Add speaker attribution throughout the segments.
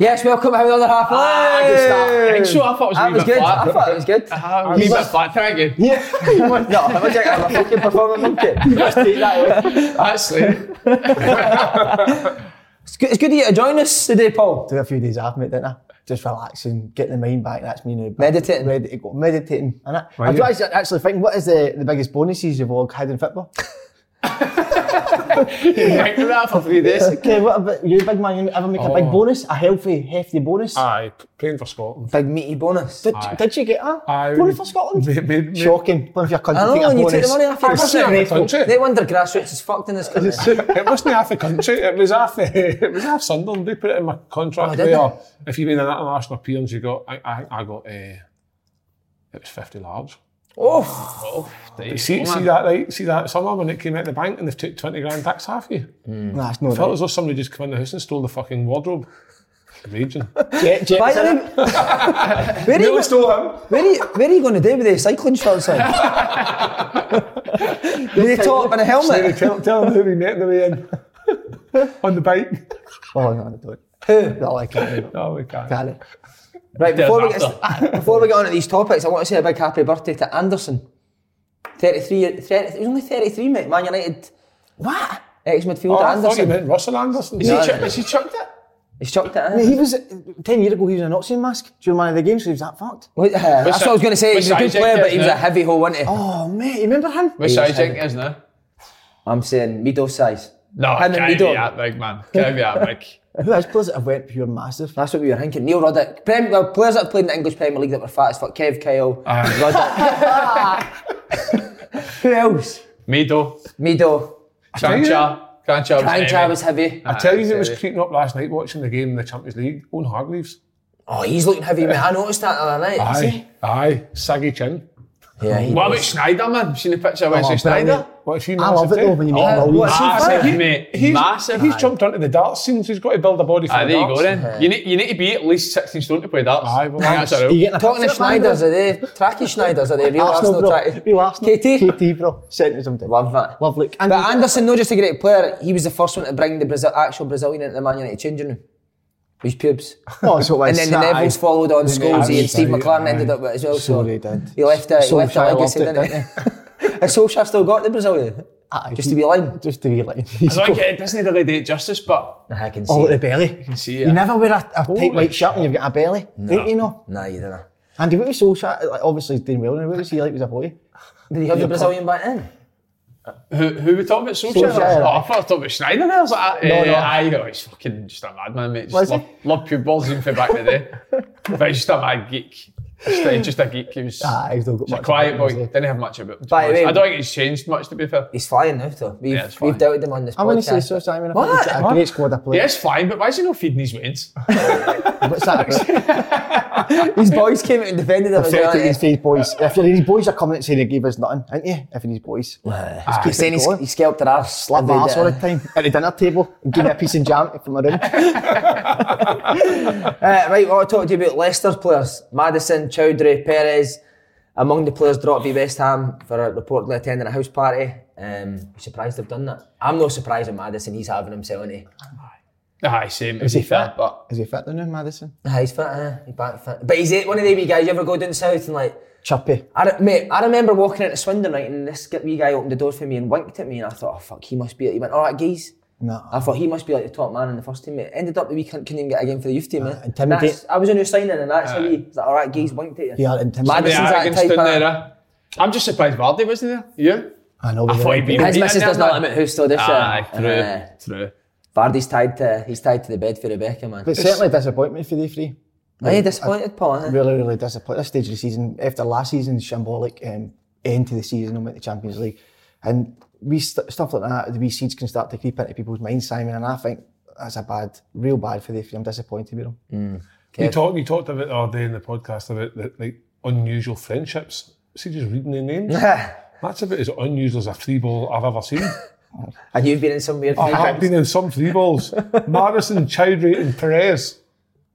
Speaker 1: Yes, welcome. How another half
Speaker 2: Ah, good stuff. Excellent. I thought it was a
Speaker 1: That
Speaker 2: wee
Speaker 1: was
Speaker 2: bit
Speaker 1: good.
Speaker 2: flat.
Speaker 1: I thought it was good.
Speaker 2: Ah, wee bit flat, thank you.
Speaker 1: no, have I checked out my fucking performance monkey? Let's take that out.
Speaker 2: Actually,
Speaker 1: It's good, it's good of you to join us today, Paul.
Speaker 3: took a few days off, mate, didn't I? Just relaxing, getting the mind back. That's me now.
Speaker 1: Meditating.
Speaker 3: Ready to go. Meditating. And I, I was actually thinking, what is the, the biggest bonuses you've all had in football?
Speaker 2: thank you that for three days.
Speaker 3: okay, what about you, big man? You ever make a big
Speaker 2: Oh.
Speaker 3: bonus? A healthy, hefty bonus?
Speaker 2: Aye, p- playing for Scotland.
Speaker 1: Ah, Big meaty bonus.
Speaker 3: did,
Speaker 2: aye.
Speaker 3: did you get a
Speaker 2: Aye,
Speaker 3: bonus
Speaker 2: we-
Speaker 3: for Scotland?
Speaker 2: we- we- we-
Speaker 3: Shocking. One of your country
Speaker 1: I know,
Speaker 3: take a
Speaker 1: when you
Speaker 3: bonus.
Speaker 1: take the money off
Speaker 2: I was in the country.
Speaker 1: it. They wonder grassroots is fucked in this country.
Speaker 2: it wasn't half the country. It was half the, it was half Sunderland. They put it in my
Speaker 1: Oh,
Speaker 2: contract.
Speaker 1: did
Speaker 2: where if you win an international appearance, you got. I I, I got. Uh, it was fifty large.
Speaker 1: Oh,
Speaker 2: But see, see that right? See that summer when it came out the bank and they've took twenty grand tax off you.
Speaker 3: Nah, it's not
Speaker 2: felt
Speaker 3: right.
Speaker 2: as though somebody just come in the house and stole the fucking wardrobe. Raging.
Speaker 3: Jet, jet,
Speaker 1: by the way, where, are you,
Speaker 2: stole him.
Speaker 1: where, are you, where are you going to do with the cycling shorts on? With the top and a
Speaker 2: Maybe
Speaker 1: helmet?
Speaker 2: tell, tell him who we met on the way in. on the bike.
Speaker 3: Oh, no, I don't. Who? No, I can't.
Speaker 4: Oh,
Speaker 2: No, we can't.
Speaker 3: Can't.
Speaker 1: Right, before we,
Speaker 2: There's
Speaker 1: get, before we get on to these topics, I want to say a big happy birthday to Anderson. 33, 30, he was only 33, mate. Man United. What? Ex midfielder
Speaker 2: Oh, I thought you
Speaker 1: Anderson.
Speaker 2: meant Russell Anderson. Is
Speaker 1: No,
Speaker 2: he,
Speaker 1: no.
Speaker 2: chu- is he chucked it?
Speaker 1: He's chucked it in.
Speaker 3: He was, 10 years ago, he was an oxygen mask during one of the games, so he was that fucked.
Speaker 1: Wait, uh, that's what I was going to say.
Speaker 4: which
Speaker 1: He's a good
Speaker 4: sidekick
Speaker 1: player, but
Speaker 4: is
Speaker 1: he was a
Speaker 4: it?
Speaker 1: heavy hole, wasn't he?
Speaker 3: Oh, mate, you remember him?
Speaker 4: Which size do you think it is now?
Speaker 1: I'm saying middle size.
Speaker 4: No,
Speaker 1: Him and
Speaker 4: it can't be
Speaker 1: Mido.
Speaker 4: that big, man. Can't be that big.
Speaker 3: Who has players that have went pure massive?
Speaker 1: That's what we were thinking. Neil Ruddock. Prem, well, players that have played in the English Premier League that were fat as fuck. Kev Kyle,
Speaker 4: Ah.
Speaker 1: Ruddock. Who else?
Speaker 4: Mido,
Speaker 1: Mido.
Speaker 4: Crancha, Crancha was
Speaker 1: Pancha
Speaker 4: heavy.
Speaker 1: was heavy.
Speaker 2: I tell you who was
Speaker 4: serious.
Speaker 2: creeping up last night watching the game in the Champions League. Owen Hargreaves.
Speaker 1: Oh, he's looking heavy, mate. I noticed that the other night.
Speaker 2: Aye. Aye. Saggy chin.
Speaker 1: Yeah, he
Speaker 4: What about Schneider, man? Seen the picture of Wesley Schneider?
Speaker 2: What a few
Speaker 3: I love it though when you make
Speaker 1: Oh,
Speaker 3: millions.
Speaker 1: what's he
Speaker 4: Massive,
Speaker 2: Aye, he-
Speaker 4: mate.
Speaker 2: He's,
Speaker 4: Massive.
Speaker 2: He's jumped onto the darts scene, so he's got to build a body for
Speaker 4: Aye,
Speaker 2: the
Speaker 4: Ah, there you go
Speaker 2: darts.
Speaker 4: then. You need, you need to be at least 16 stone to play darts.
Speaker 2: Aye, well,
Speaker 4: I think that's a
Speaker 2: that's-
Speaker 4: rule.
Speaker 3: You getting a
Speaker 1: Talking to
Speaker 3: picture of
Speaker 1: Schneiders,
Speaker 3: Schneider?
Speaker 1: are they tracky Schneiders? Are they real Arsenal,
Speaker 3: bro.
Speaker 1: tracky?
Speaker 3: Real Arsenal.
Speaker 1: KT?
Speaker 3: KT, bro. Sent us something.
Speaker 1: Love that.
Speaker 3: Love, look.
Speaker 1: But Anderson, not just a great player, he was the first one to bring the Brazil, actual Brazilian into the Man United changing room. With his pubes.
Speaker 3: Oh, so it
Speaker 1: And
Speaker 3: was.
Speaker 1: then the
Speaker 3: Aye.
Speaker 1: Neville's followed on Scholesy and
Speaker 2: Neville's,
Speaker 1: Steve
Speaker 2: aye,
Speaker 1: McLaren
Speaker 2: aye.
Speaker 1: ended up with it as well. So
Speaker 3: Sorry, dad.
Speaker 1: he left a, he left a
Speaker 3: Solskjaer
Speaker 1: legacy,
Speaker 3: loved it,
Speaker 1: didn't he? Has Solskjaer still got the Brazilian?
Speaker 3: Aye.
Speaker 1: Just to be line.
Speaker 3: Just to be like.
Speaker 4: I don't think it doesn't really do it justice, but
Speaker 1: Nah, I can see.
Speaker 3: All at the
Speaker 1: it.
Speaker 3: belly. You can
Speaker 4: see
Speaker 3: You
Speaker 4: it.
Speaker 3: never wear a, a tight white shirt and you've got a belly. Don't you know?
Speaker 1: Nah, you didn't.
Speaker 3: Andy, what was Solskjaer? Like, obviously, he's doing well now. What was he like as a boy?
Speaker 1: Did he have the Brazilian back then?
Speaker 4: who, who we talking about? Solskjaer?
Speaker 3: Solskjaer.
Speaker 4: Oh, I thought I was talking about Schneider there. I was like,
Speaker 3: No,
Speaker 4: eh,
Speaker 3: no.
Speaker 4: Aye, oh, he's fucking just a madman, mate. Just
Speaker 3: Was he?
Speaker 4: love, loved pupils even from back in the day. but he's just a mad geek. Just a, just a geek. He was
Speaker 3: Ah, he's not got
Speaker 4: just a
Speaker 3: much
Speaker 4: quiet boy.
Speaker 3: about him, has he?
Speaker 4: Didn't have much about him. to
Speaker 1: By
Speaker 4: be
Speaker 1: the
Speaker 4: honest.
Speaker 1: way-
Speaker 4: I don't think he's changed much, to be fair.
Speaker 1: He's flying now, though. We've,
Speaker 4: Yeah, it's
Speaker 1: we've
Speaker 4: fine.
Speaker 1: doubted him on this
Speaker 3: I wouldn't say
Speaker 1: podcast.
Speaker 3: Solskjaer. I mean, I
Speaker 1: What?
Speaker 3: think he's got a great squad of
Speaker 4: Yeah,
Speaker 3: players.
Speaker 4: it's fine, but why is he not feeding his wings?
Speaker 3: What's that about?
Speaker 1: His boys came out and defended him as well. eh?
Speaker 3: Affected
Speaker 1: didn't
Speaker 3: these
Speaker 1: he?
Speaker 3: these boys. If you're these boys are coming and saying they gave us nothing, ain't you? If you're these boys.
Speaker 1: He's keep saying he's, he scalped their arse.
Speaker 3: Slap my
Speaker 1: They
Speaker 3: arse
Speaker 1: did
Speaker 3: all the
Speaker 1: it.
Speaker 3: time at the dinner table and give me a piece of jam from my room.
Speaker 1: Uh, right, well, I talked to you about Leicester players Madison, Chowdhury, Perez. among the players dropped v West Ham for reportedly attending a house party. Um, you surprised they've done that? I'm not surprised at Madison. He's having himself in it.
Speaker 4: Aye, same.
Speaker 3: Is he
Speaker 4: fair?
Speaker 3: fit?
Speaker 4: But
Speaker 3: Is he fit then now, Madison?
Speaker 1: Aye, he's fit, eh? He's back fit. But he's eh, one of the wee guys. You ever go down south and like,
Speaker 3: Chirpy.
Speaker 1: I, re- mate, I remember walking into Swindon right, and this g- wee guy opened the door for me and winked at me, and I thought, oh fuck, he must be. He went, all right, guys.
Speaker 3: No.
Speaker 1: I thought he must be like the top man in the first team. Mate. Ended up the week couldn't even get a game for the youth team. mate.
Speaker 3: Uh, intimidate-
Speaker 1: That's- I was a new signing, and that's how he was like, all right, guys, winked at you.
Speaker 3: Yeah, intimidate.
Speaker 4: the
Speaker 1: Madison's that
Speaker 4: arrogance
Speaker 1: type.
Speaker 4: down there.
Speaker 1: innit?
Speaker 4: eh? I'm just surprised Vardy wasn't there. You?
Speaker 3: I know.
Speaker 4: I
Speaker 3: we
Speaker 4: thought
Speaker 3: were-
Speaker 4: he'd be.
Speaker 1: His
Speaker 4: beaten
Speaker 1: missus
Speaker 4: there,
Speaker 1: does not
Speaker 4: but-
Speaker 1: let him at who's still this
Speaker 4: Aye,
Speaker 1: year.
Speaker 4: true,
Speaker 1: Uh,
Speaker 4: true.
Speaker 1: Vardy's tied to he's tied to the bed for Rebecca, man.
Speaker 3: But certainly a disappointment for the three.
Speaker 1: Are you disappointed, Paul? eh?
Speaker 3: Really, really disappointed. This stage of the season, after last season's shambolic um, end to the season, and went to Champions League, and we st- stuff like that, the wee seeds can start to creep into people's minds, Simon. And I think that's a bad, real bad for the three. I'm disappointed with them.
Speaker 2: You talked you talked about the other day in the podcast about the, like unusual friendships. See, just reading the names. That's about as unusual as a free ball I've ever seen.
Speaker 1: And you've been in some
Speaker 3: Oh,
Speaker 1: weird.
Speaker 2: I have been in some free balls. Madison, Chowdhury, and Perez.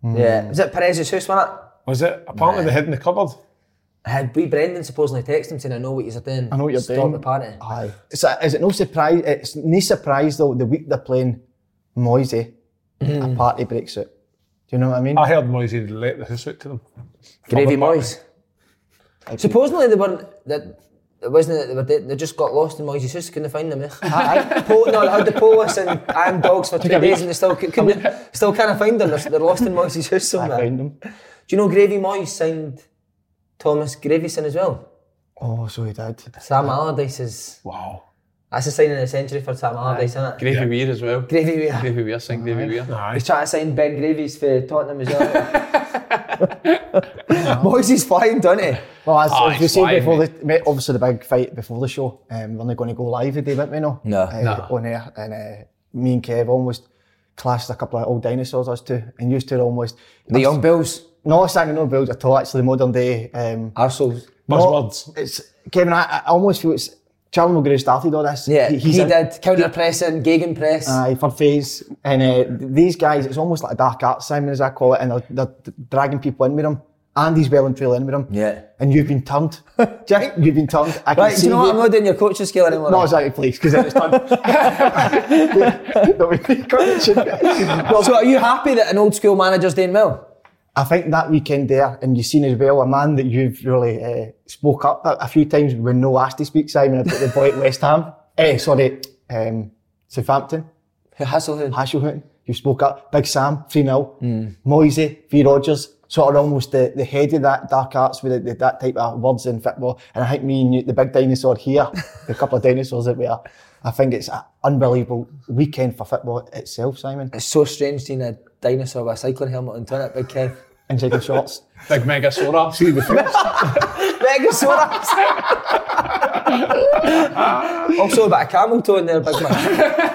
Speaker 1: Yeah. Was it Perez's house, wasn't it?
Speaker 2: Was it? Apparently, they hid in the cupboard.
Speaker 1: Had we Brendan supposedly texted him saying, I know what you're doing.
Speaker 3: I know what you're
Speaker 1: Stop
Speaker 3: doing.
Speaker 1: the party.
Speaker 3: Aye. Is, it- is it no surprise? It's no surprise though. The week they're playing Moisey, a party breaks out. Do you know what I mean?
Speaker 2: I heard Moyes had let the house out to them.
Speaker 1: Gravy
Speaker 2: Other party.
Speaker 1: Moyes. Supposedly they weren't that it wasn't that they were dead, they just got lost in Moyes' house, couldn't find them. Eh? Pol- no, they had the Polis and I'm dogs for two days and they still cou- couldn't still can't find them. They're, they're lost in Moyes' house
Speaker 3: I
Speaker 1: somewhere.
Speaker 3: found them.
Speaker 1: Do you know Gravy Moyes signed Thomas Gravison as well?
Speaker 3: Oh, so he did.
Speaker 1: Sam Allardyce is
Speaker 2: Wow.
Speaker 1: that's the signing of the century for Sam Allardyce, isn't it?
Speaker 4: Gravy Weir as well.
Speaker 1: Gravy Weir.
Speaker 4: Gravy Weir, sing Gravy Weir.
Speaker 2: Aye.
Speaker 1: He's trying to sign Ben Gravies for Tottenham as well. Moyes is flying, doesn't he?
Speaker 3: Well, as,
Speaker 4: Oh,
Speaker 3: as we
Speaker 4: it's
Speaker 3: said
Speaker 4: fine,
Speaker 3: before, the, mate, obviously the big fight before the show, um, we're only going to go live today, weren't we? No,
Speaker 1: No.
Speaker 3: uh, on air, and uh, me and Kev almost clashed a couple of old dinosaurs, us two, and used to almost.
Speaker 1: The Young Bills.
Speaker 3: No, Simon, no builds at all. Actually, modern day. Um,
Speaker 1: Arseholes.
Speaker 2: Buzzwords.
Speaker 3: No, it's Kevin. I, I almost feel it's Charlie McGrew started all this.
Speaker 1: Yeah, he,
Speaker 3: he's Ah. in-
Speaker 1: did counter pressing, Gagan press.
Speaker 3: Aye, for phase. And uh, these guys, it's almost like a dark art, Simon, as I call it, and they're, they're d- dragging people in with him. Andy's well and truly in with him.
Speaker 1: Yeah.
Speaker 3: And you've been turned. Jack, you've been turned. I can
Speaker 1: right, do
Speaker 3: see
Speaker 1: you know what? I'm not doing your coaching scale anymore.
Speaker 3: No, exactly, please, because then it's done. That would be correction.
Speaker 1: so are you happy that an old school manager's doing well?
Speaker 3: I think that weekend there, and you've seen as well a man that you've really uh, spoke up a a few times when no asked to speak, Simon, about the boy at West Ham. Eh, sorry, um, Southampton,
Speaker 1: Hasselhood.
Speaker 3: Hasselhouten. You spoke up, Big Sam, 3 0, Moisey, V Rogers, sort of almost the, the head of that dark arts with the, the, that type of words in football. And I think me and you, the big dinosaur here, the couple of dinosaurs that we are, I think it's an unbelievable weekend for football itself, Simon.
Speaker 1: It's so strange seeing a dinosaur with a cycling helmet on it, big kid.
Speaker 3: And taking shots.
Speaker 4: Big Mega Sora. See the
Speaker 1: Megasaurus! also, a bit of camel toe in there, big man.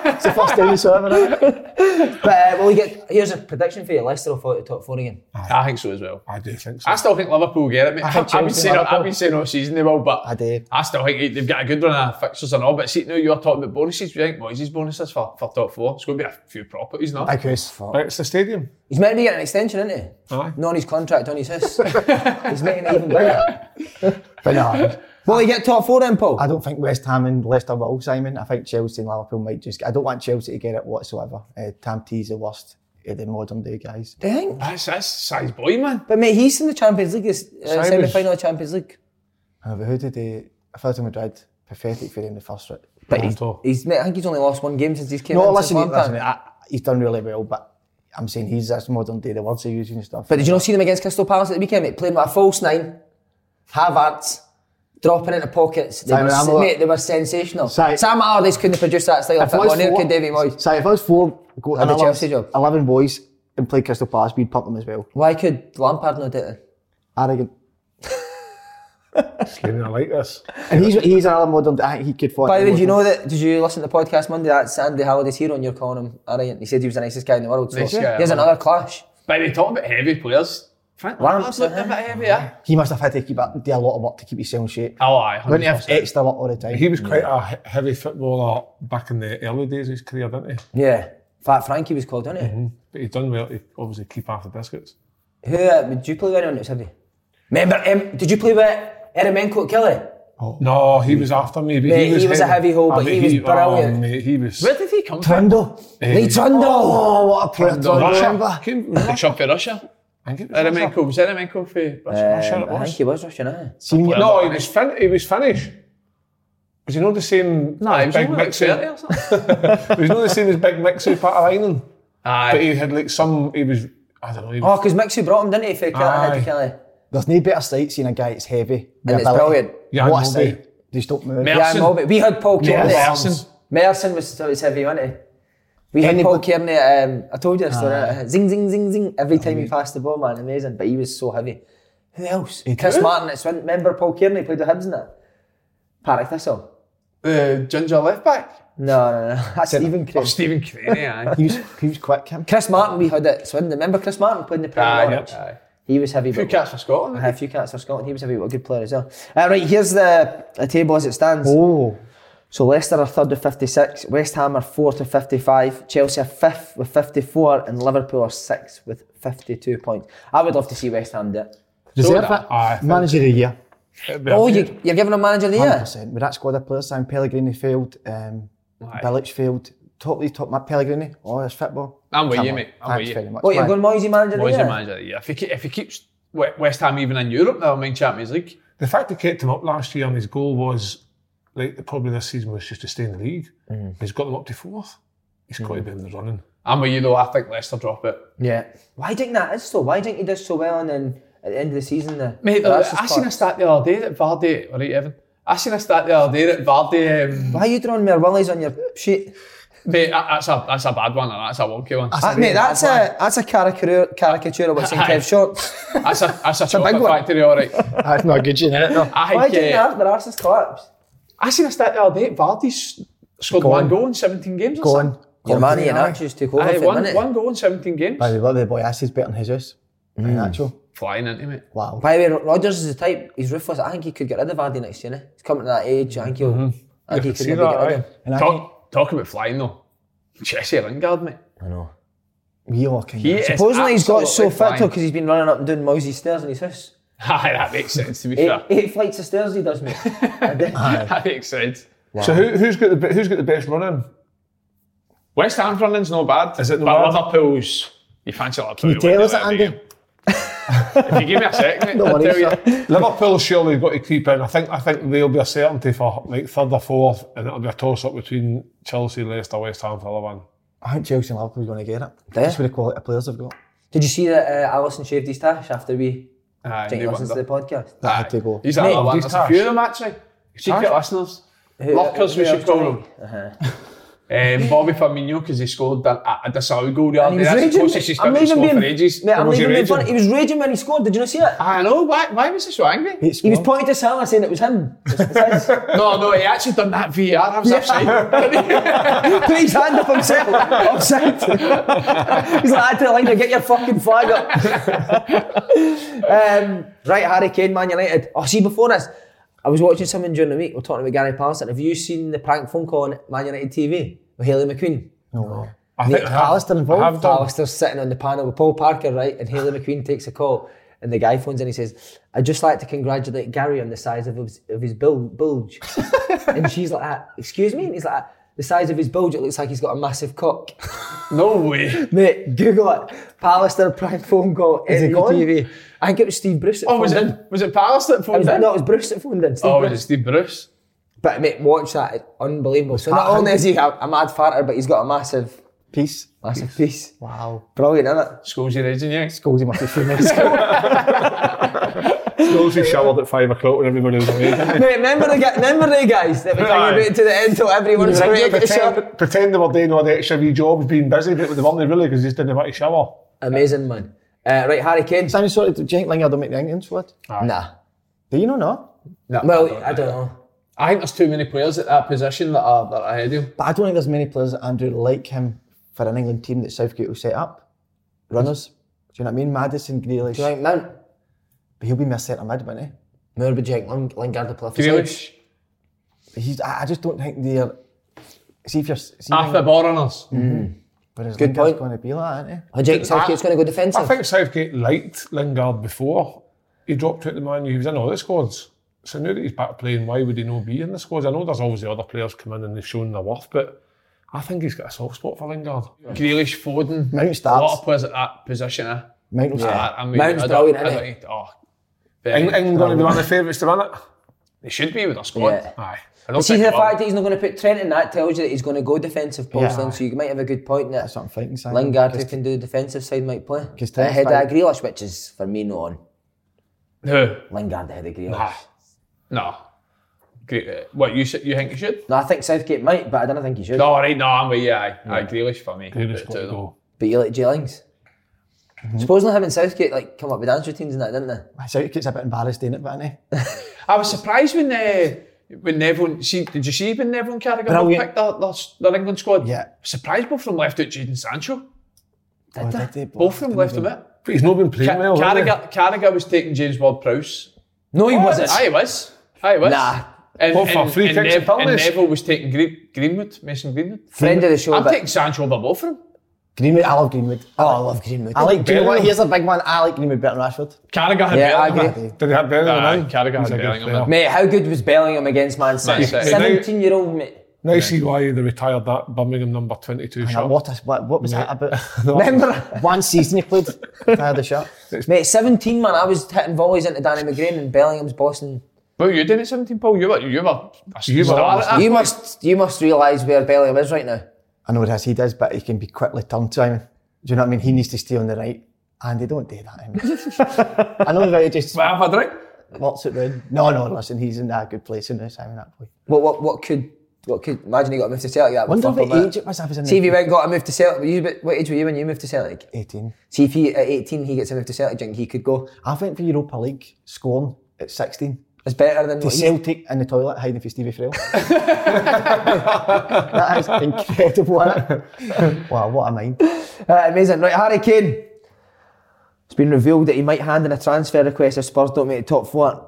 Speaker 3: It's the first dinosaur ever. isn't it?
Speaker 1: But uh, will we get, here's a prediction for you Leicester will fall to the top four again.
Speaker 4: I think so as well.
Speaker 2: I do think so.
Speaker 4: I still think Liverpool will get it, mate. I
Speaker 3: think
Speaker 4: have been
Speaker 3: Chelsea,
Speaker 4: saying, I've
Speaker 3: Liverpool.
Speaker 4: been saying all season they will, but
Speaker 3: I do.
Speaker 4: I still think they've got a good run of fixtures and all. But see, now you're talking about bonuses. Do you think Moyes' bonuses for, for top four? It's going to be a few properties now.
Speaker 3: Big house.
Speaker 2: Right, it's the stadium.
Speaker 1: He's meant to be getting an extension, isn't he?
Speaker 2: Aye.
Speaker 1: Not on his contract, on his house. He's making it even bigger.
Speaker 3: But no,
Speaker 1: Will he get top four then, Paul?
Speaker 3: I don't think West Ham and Leicester will, Simon. I think Chelsea and Liverpool might just. I don't want Chelsea to get it whatsoever. Uh, Tam T's the worst of the modern day guys.
Speaker 1: Do you think?
Speaker 4: That's, that's size boy, man.
Speaker 1: But mate, he's in the Champions League, this uh,
Speaker 2: Simon's-
Speaker 1: semi final of Champions League.
Speaker 3: Uh, but who did they? Atletico Madrid, pathetic for him in the first round.
Speaker 1: But
Speaker 2: Tom
Speaker 1: he's,
Speaker 2: Toll.
Speaker 1: he's, mate, I think he's only lost one game since he's came
Speaker 3: No,
Speaker 1: in.
Speaker 3: listen,
Speaker 1: since Lampard.
Speaker 3: listen I, he's done really well, but I'm saying he's this modern day, the words he's using and stuff.
Speaker 1: But did you not see them against Crystal Palace at the weekend, mate? Playing with a false nine, Havertz, dropping into pockets. They,
Speaker 3: Simon,
Speaker 1: were,
Speaker 3: I'm
Speaker 1: se-
Speaker 3: a lot-
Speaker 1: mate, they were sensational.
Speaker 3: Si-
Speaker 1: Sam Allardyce couldn't produce that style of
Speaker 3: I was
Speaker 1: football, neither
Speaker 3: four-
Speaker 1: could Davy Moyes.
Speaker 3: Si, if I was four, go
Speaker 1: Had the
Speaker 3: another
Speaker 1: Chelsea job.
Speaker 3: 11 boys and play Crystal Palace, we'd pump them as well.
Speaker 1: Why could Lampard not do it?
Speaker 3: Arrogant.
Speaker 2: Slaying I like this.
Speaker 3: And he's, he's another modern day, I think he could fall.
Speaker 1: By the way, do you
Speaker 3: modern-
Speaker 1: know that? Did you listen to the podcast Monday? That's Andy Halliday's hero, and you're calling him arrogant. He said he was the nicest guy in the world. So
Speaker 4: Nice guy,
Speaker 1: here's
Speaker 4: man.
Speaker 1: another clash.
Speaker 4: But they talk about heavy players. Frank Lampard's looked a bit heavy, yeah.
Speaker 3: He must have had to keep up, do a lot of work to keep himself in shape.
Speaker 4: Oh, aye.
Speaker 3: Wouldn't he have
Speaker 4: 100%.
Speaker 3: extra work all the time?
Speaker 2: He was quite a he- heavy footballer back in the early days of his career, didn't he?
Speaker 1: Yeah, Fat Frankie was called, didn't he?
Speaker 2: But he done well to obviously keep after biscuits.
Speaker 1: Who uh, did you play with anyone that was heavy? Remember, um, did you play with Eremenko Kelly.
Speaker 2: No, he was after me. But
Speaker 1: Oh. Mate,
Speaker 2: he, was
Speaker 1: he was a heavy hole,
Speaker 2: Ah,
Speaker 1: but he was brilliant.
Speaker 2: Oh, mate, he was.
Speaker 4: Where did he come from?
Speaker 3: Trundle.
Speaker 1: Lee Trundle!
Speaker 3: Oh, what a player Trundle.
Speaker 2: Russia.
Speaker 3: Remember?
Speaker 2: Came,
Speaker 4: The
Speaker 2: Russia.
Speaker 4: shot for Russia.
Speaker 2: I think it was Russia.
Speaker 4: Eremenko, was Eremenko for Russia?
Speaker 2: Russia it
Speaker 1: I think
Speaker 2: was.
Speaker 1: he was Russian, eh?
Speaker 3: Seen you-
Speaker 2: No, he was, fin- he was Finnish. Was he not the same
Speaker 4: Nah, he was
Speaker 2: big
Speaker 4: only like
Speaker 2: mix?
Speaker 4: 30
Speaker 2: who-
Speaker 4: or something.
Speaker 2: was he not the same as Big Mixu part of Ireland? But
Speaker 4: Aye.
Speaker 2: he had like some, he was, I don't know, he was
Speaker 1: Oh, because Mixu brought him, didn't he, for
Speaker 2: Aye.
Speaker 1: Kelly? Kelly.
Speaker 3: There's no better sight seeing a guy that's heavy. with
Speaker 1: And it's
Speaker 3: ability.
Speaker 1: brilliant.
Speaker 2: Yeah,
Speaker 3: what a
Speaker 2: Moby.
Speaker 3: sight. They just don't move.
Speaker 4: Mer-
Speaker 1: Yeah,
Speaker 4: Merson.
Speaker 1: Moby. We had Paul Kearney.
Speaker 2: Merson.
Speaker 1: Merson was, was heavy, wasn't he? We had
Speaker 3: Anybody-
Speaker 1: Paul Kearney. Um, I told you a story. uh, Zing, zing, zing, zing. Every time
Speaker 2: Mm-hmm.
Speaker 1: he passed the ball, man, amazing. But he was so heavy. Who else? Chris Martin at Swin. Remember Paul Kearney played with Hibs in that? Parrick Thistle.
Speaker 4: The ginger left back.
Speaker 1: No, no, no. That's Stephen
Speaker 4: Oh,
Speaker 1: Chris.
Speaker 4: Stephen Craney, aye.
Speaker 3: He was, he was quick, him.
Speaker 1: Chris Martin, we had at Swindon. Remember Chris Martin playing the Premier
Speaker 4: Aye,
Speaker 1: Orange?
Speaker 4: aye.
Speaker 1: He was heavy.
Speaker 4: Few
Speaker 1: but-
Speaker 4: cats for Scotland.
Speaker 1: A few cats for Scotland. He was a wee- a good player as well. Uh, right, here's the, the table as it stands.
Speaker 3: Oh.
Speaker 1: So Leicester are third with 56, West Ham are fourth with 55, Chelsea are fifth with 54, and Liverpool are sixth with 52 points. I would love to see West Ham do it.
Speaker 3: Reserve
Speaker 4: that.
Speaker 2: Aye, I
Speaker 3: it.
Speaker 2: think-
Speaker 3: Manager of the year.
Speaker 1: Oh, you, you're giving a manager the year?
Speaker 3: 100%. With that squad of players, Sam Pellegrini failed, um, Bilic failed. Totally top my Pellegrini. Oh, that's football.
Speaker 4: I'm with
Speaker 3: Come
Speaker 4: you,
Speaker 3: on.
Speaker 4: mate. I'm
Speaker 3: Thanks
Speaker 4: with you.
Speaker 3: very much.
Speaker 1: What, Oh, you're
Speaker 3: man.
Speaker 1: going Moisey manager of the
Speaker 4: Boys
Speaker 1: year?
Speaker 4: and manager of the year. If he, ke- if he keeps We- West Ham even in Europe, never mind Champions League.
Speaker 2: The fact they kept him up last year and his goal was, like, probably this season was just to stay in the league. He's got them up to fourth. He's got to be in the running.
Speaker 4: I'm with you though. I think Leicester drop it.
Speaker 1: Yeah. Why do you think that is so? Why do you think he does so well and then at the end of the season? The,
Speaker 4: Mate, uh,
Speaker 1: the
Speaker 4: I
Speaker 1: Arsenal's
Speaker 4: seen a
Speaker 1: part?
Speaker 4: stat the other day that Vardy, all right, Evan. I seen a stat the other day that Vardy. Um,
Speaker 1: Why are you drawing mere willies on your sheet?
Speaker 4: mate, that- that's a that's a bad one. and That's a wonky one.
Speaker 1: That, Ah, mate, that's a, that's a caricature, caricature of what's in
Speaker 4: Aye.
Speaker 1: Kev's shorts.
Speaker 4: That's a that's a, chocolate
Speaker 3: big one.
Speaker 4: factory, all right.
Speaker 3: That's not good, you know.
Speaker 1: Why
Speaker 4: I
Speaker 1: do you
Speaker 4: think.
Speaker 1: think
Speaker 4: Uh,
Speaker 1: that? The Arsenal's collapsed.
Speaker 4: I seen a stat the other day. Vardy's scored one goal in 17 games. or something.
Speaker 3: Gone.
Speaker 1: Your man Ian
Speaker 3: Aye.
Speaker 1: Arches took over
Speaker 4: Aye,
Speaker 1: for a
Speaker 4: one,
Speaker 1: minute.
Speaker 4: one goal in 17 games.
Speaker 3: By the way, the boy Assie's better than Jesus. Mm. Natural.
Speaker 4: Flying into it.
Speaker 3: Wow.
Speaker 1: By the way, Rodgers is the type, he's ruthless. I think he could get rid of Vardy next year. innit? He's coming to that age. I think he'll. I think he could
Speaker 2: See
Speaker 1: maybe get
Speaker 2: that,
Speaker 1: rid of
Speaker 2: aye.
Speaker 1: him.
Speaker 3: And I think
Speaker 4: Talk, talk about flying though. Jesse Lingard, mate.
Speaker 3: we all can.
Speaker 4: He is
Speaker 1: Supposedly he's got so
Speaker 4: absolutely
Speaker 1: fit
Speaker 4: flying.
Speaker 1: because he's been running up and doing mousy stairs in his house.
Speaker 4: Aye, that makes sense to be
Speaker 1: Eight,
Speaker 4: fair.
Speaker 1: eight flights of stairs he does, mate.
Speaker 4: that makes sense.
Speaker 2: So who, who's got the be- who's got the best running?
Speaker 4: West Ham's running's not bad.
Speaker 2: Is it not
Speaker 4: but
Speaker 2: bad?
Speaker 4: Liverpool's. You fancy Liverpool.
Speaker 3: you tell us it, Andy?
Speaker 4: If you give me a second, I'll
Speaker 3: worry,
Speaker 4: tell you.
Speaker 3: sir.
Speaker 2: Liverpool surely got to creep in. I think I think they'll be a certainty for like third or fourth, and it'll be a toss up between Chelsea, Leicester, West Ham for the other one.
Speaker 3: I think Chelsea and Liverpool are going to get it.
Speaker 1: They?
Speaker 3: That's where the quality of players they've got.
Speaker 1: Did you see that uh, Allison shaved his tash after we
Speaker 4: Aye,
Speaker 1: didn't
Speaker 4: they
Speaker 1: listen to the
Speaker 4: wonder.
Speaker 1: podcast?
Speaker 3: That had to go.
Speaker 4: He's a lot
Speaker 2: he's
Speaker 4: There's a
Speaker 2: harsh.
Speaker 4: few of them actually. Secret listeners. Lockers, we
Speaker 1: who
Speaker 4: should
Speaker 1: else
Speaker 4: call
Speaker 1: do you
Speaker 4: them. Um, Bobby Firmino, because he scored that, a, a disallowed goal the
Speaker 1: And
Speaker 4: other
Speaker 1: he
Speaker 4: day.
Speaker 1: was
Speaker 4: That's the
Speaker 1: raging.
Speaker 4: closest he's
Speaker 1: I'm
Speaker 4: got
Speaker 1: not
Speaker 4: to
Speaker 1: even
Speaker 4: score
Speaker 1: being.
Speaker 4: for ages.
Speaker 1: Mate, I'm not
Speaker 2: Was he
Speaker 1: even being
Speaker 2: raging?
Speaker 1: funny. He was raging when he scored. Did you not see it?
Speaker 4: I know, Ah, why, why was he so angry?
Speaker 3: It's
Speaker 1: He was
Speaker 3: gone.
Speaker 1: pointing to Salah saying it was him. It's- it's his.
Speaker 4: No, no, he actually done that VR. I was upside.
Speaker 1: Put his hand up himself. Offside. He's like, I tell Linda, get your fucking flag up. um, right, Harry Kane, Man United. Oh, see, before this, I was watching something during the week. We're talking about Gary Parson. Have you seen the prank phone call on Man United TV with Haley McQueen?
Speaker 3: No.
Speaker 2: I
Speaker 1: Nick
Speaker 2: think I have-
Speaker 3: Allister involved?
Speaker 2: I have done.
Speaker 1: Pallister's sitting on the panel with Paul Parker, right? And Haley McQueen takes a call. And the guy phones in and he says, I'd just like to congratulate Gary on the size of his, of his bul- bulge. and she's like, "Ah, Excuse me? And he's like, The size of his bulge, it looks like he's got a massive cock.
Speaker 4: no way.
Speaker 1: Mate, Google it. Pallister prank phone call
Speaker 3: Is it
Speaker 1: in
Speaker 3: gone?
Speaker 1: TV. I think it was Steve Bruce. that
Speaker 4: Oh, was
Speaker 1: phoned in.
Speaker 4: it, was it Palace that
Speaker 1: It
Speaker 4: phoned
Speaker 1: was,
Speaker 4: in?
Speaker 1: no, it was Bruce that phoned in. Steve
Speaker 4: Oh, was
Speaker 1: Bruce.
Speaker 4: it Steve Bruce?
Speaker 1: But mate, watch that. It's unbelievable. So not only is he a, a mad farter, but he's got a massive,
Speaker 3: Peace.
Speaker 1: massive piece.
Speaker 3: Wow.
Speaker 1: Brilliant, isn't
Speaker 4: Schools your raging, yeah.
Speaker 3: Goals he must be famous.
Speaker 2: Chelsea showered at five o'clock when everybody was away. didn't
Speaker 1: it?
Speaker 2: they?
Speaker 1: Mate, remember the, guy- remember the guys that were
Speaker 2: Aye.
Speaker 1: hanging about to the end till everyone's awake at the shop?
Speaker 2: pretend, pretend they were doing all the extra wee jobs, being busy, but they weren't really because they just didn't want to shower.
Speaker 1: Amazing, man. Uh, right, Harry Kane.
Speaker 3: Sounds sort of Jake Lingard don't make the England squad.
Speaker 1: Nah.
Speaker 3: Do you know no?
Speaker 1: well, I don't, know.
Speaker 4: I think there's too many players at that position that are, that are ahead of you.
Speaker 3: But I don't think there's many players that Andrew like him for an England team that Southgate will set up. Runners. Do you know what I mean? Madison, Grealish.
Speaker 1: Do you think Mount?
Speaker 3: But he'll be my centre mid, won't he?
Speaker 1: Where would Jake Ling- Lingard to play for Celtic?
Speaker 4: Grealish,
Speaker 3: But he's, I, I just don't think they're. See if you're. See
Speaker 4: half the ball runners.
Speaker 3: Good
Speaker 1: point.
Speaker 3: going to be like that, isn't he?
Speaker 1: Oh, Jake Southgate's going to go
Speaker 2: I
Speaker 1: defensive.
Speaker 2: think Southgate liked Lingard before he dropped out the man. U. He was in all the squads. So now that he's back playing, why would he not be in the squad? I know there's obviously other players come in and they've shown their worth, but I think he's got a soft spot for Lingard.
Speaker 4: Grealish, Foden.
Speaker 3: Mount
Speaker 4: A
Speaker 3: starts.
Speaker 4: lot of players at that position, eh?
Speaker 3: Mount will start.
Speaker 4: I, I mean,
Speaker 1: Mount's
Speaker 4: I don't-
Speaker 1: brilliant,
Speaker 4: I
Speaker 1: isn't
Speaker 4: don't
Speaker 1: he?
Speaker 4: need- Oh,
Speaker 2: Eng-
Speaker 4: very,
Speaker 2: England going to be one of the favourites to win it.
Speaker 4: they should be with our squad.
Speaker 1: Yeah.
Speaker 2: Aye. I don't
Speaker 1: See
Speaker 2: think
Speaker 1: the
Speaker 2: they will.
Speaker 1: fact that he's not going to put Trent in that tells you that he's going to go defensive post
Speaker 3: Yeah.
Speaker 1: in, so you might have a good point that
Speaker 3: That's what I'm thinking, Simon.
Speaker 1: Lingard who can do the defensive side might play.
Speaker 3: 'Cause Trent's
Speaker 1: Ahead
Speaker 3: fine.
Speaker 1: of Grealish, which is for me not on.
Speaker 4: Who?
Speaker 1: Lingard ahead of Grealish.
Speaker 4: Nah. No. Great. uh, What, you, s- you think you should?
Speaker 1: No, I think Southgate might, but I don't think he should.
Speaker 4: No, all right, no, I'm with you. Aye, aye Grealish for me. uh,
Speaker 2: Grealish got
Speaker 4: Two
Speaker 2: to
Speaker 4: of them.
Speaker 2: go.
Speaker 1: But you like Jay Lings.
Speaker 3: Mm-hmm.
Speaker 1: Supposedly him and Southgate like come up with dance routines and that, didn't they?
Speaker 3: So he gets a bit embarrassed in it, but isn't he?
Speaker 4: I was surprised when uh, when Neville. See, did you see when Neville and Carragher were
Speaker 3: Brilliant.
Speaker 4: picked their, their, s- their England squad?
Speaker 3: Yeah.
Speaker 4: Surprised both of them left out Jadon Sancho.
Speaker 3: Oh, did they?
Speaker 4: Both of them left him out.
Speaker 2: But he's not been playing
Speaker 4: Ca-
Speaker 2: well. has he?
Speaker 4: Carragher, Carragher was taking James Ward-Prowse.
Speaker 1: No, he wasn't.
Speaker 4: Aye, he was. Aye, he was.
Speaker 1: Nah.
Speaker 4: And,
Speaker 2: What, for
Speaker 4: and,
Speaker 2: free
Speaker 4: and,
Speaker 2: kicks and
Speaker 4: Nev- and
Speaker 2: penalties?
Speaker 4: Neville was taking Green- Greenwood, Mason Greenwood.
Speaker 1: Friend of the show,
Speaker 4: I'm
Speaker 1: but
Speaker 4: taking Sancho over both of them.
Speaker 3: Greenwood, I love Greenwood. Oh,
Speaker 1: I love Greenwood.
Speaker 3: I like, do you know what?
Speaker 2: Bellingham.
Speaker 3: Here's a big one. I like Greenwood better than Rashford.
Speaker 4: Carragher had
Speaker 1: Yeah, I
Speaker 4: Bellingham.
Speaker 1: agree.
Speaker 2: Did he have Bellingham
Speaker 4: Aye,
Speaker 2: in?
Speaker 4: Carragher
Speaker 2: He's
Speaker 4: had
Speaker 2: a good
Speaker 4: Bellingham
Speaker 2: player.
Speaker 4: in.
Speaker 1: Mate, how good was Bellingham against Man City?
Speaker 4: City.
Speaker 1: Seventeen year old mate.
Speaker 2: Now you see why they retired that Birmingham number 22
Speaker 3: Now,
Speaker 2: shot.
Speaker 3: what, a- what, what was that about?
Speaker 1: Remember?
Speaker 3: one season he played, tired the shot.
Speaker 1: Mate, seventeen man, I was hitting volleys into Danny McGrain and Bellingham's bossing.
Speaker 4: What were you doing at 17, Paul? You were, you were a
Speaker 2: You were
Speaker 4: star at
Speaker 2: almost-
Speaker 4: that.
Speaker 1: You must you must realise where Bellingham is right now.
Speaker 3: I know this, he does, but he can be quickly turned to him. Do you know what I mean? He needs to stay on the right. And they don't do that. I, mean. I know they just
Speaker 4: But have a drink.
Speaker 3: lots it round. No, no, listen, he's in a good place in this. I mean, that boy.
Speaker 1: What what what could what could imagine he got moved to Celtic that would
Speaker 3: Wonder
Speaker 1: fuck him
Speaker 3: what
Speaker 1: up.
Speaker 3: age it was I was in.
Speaker 1: See if
Speaker 3: the-
Speaker 1: he went and got a move to Celtic. Were you, but what age were you when you moved to Celtic?
Speaker 3: 18.
Speaker 1: See if he at eighteen he gets a move to Celtic, do you think he could go.
Speaker 3: I went for Europa League scoring at 16.
Speaker 1: It's better than
Speaker 3: To
Speaker 1: what he,
Speaker 3: Celtic in the toilet hiding for Stevie Farrell. that is incredible, isn't it? Wow, what a mind.
Speaker 1: Uh, amazing. Right, Harry Kane. It's been revealed that he might hand in a transfer request if Spurs don't make the top four.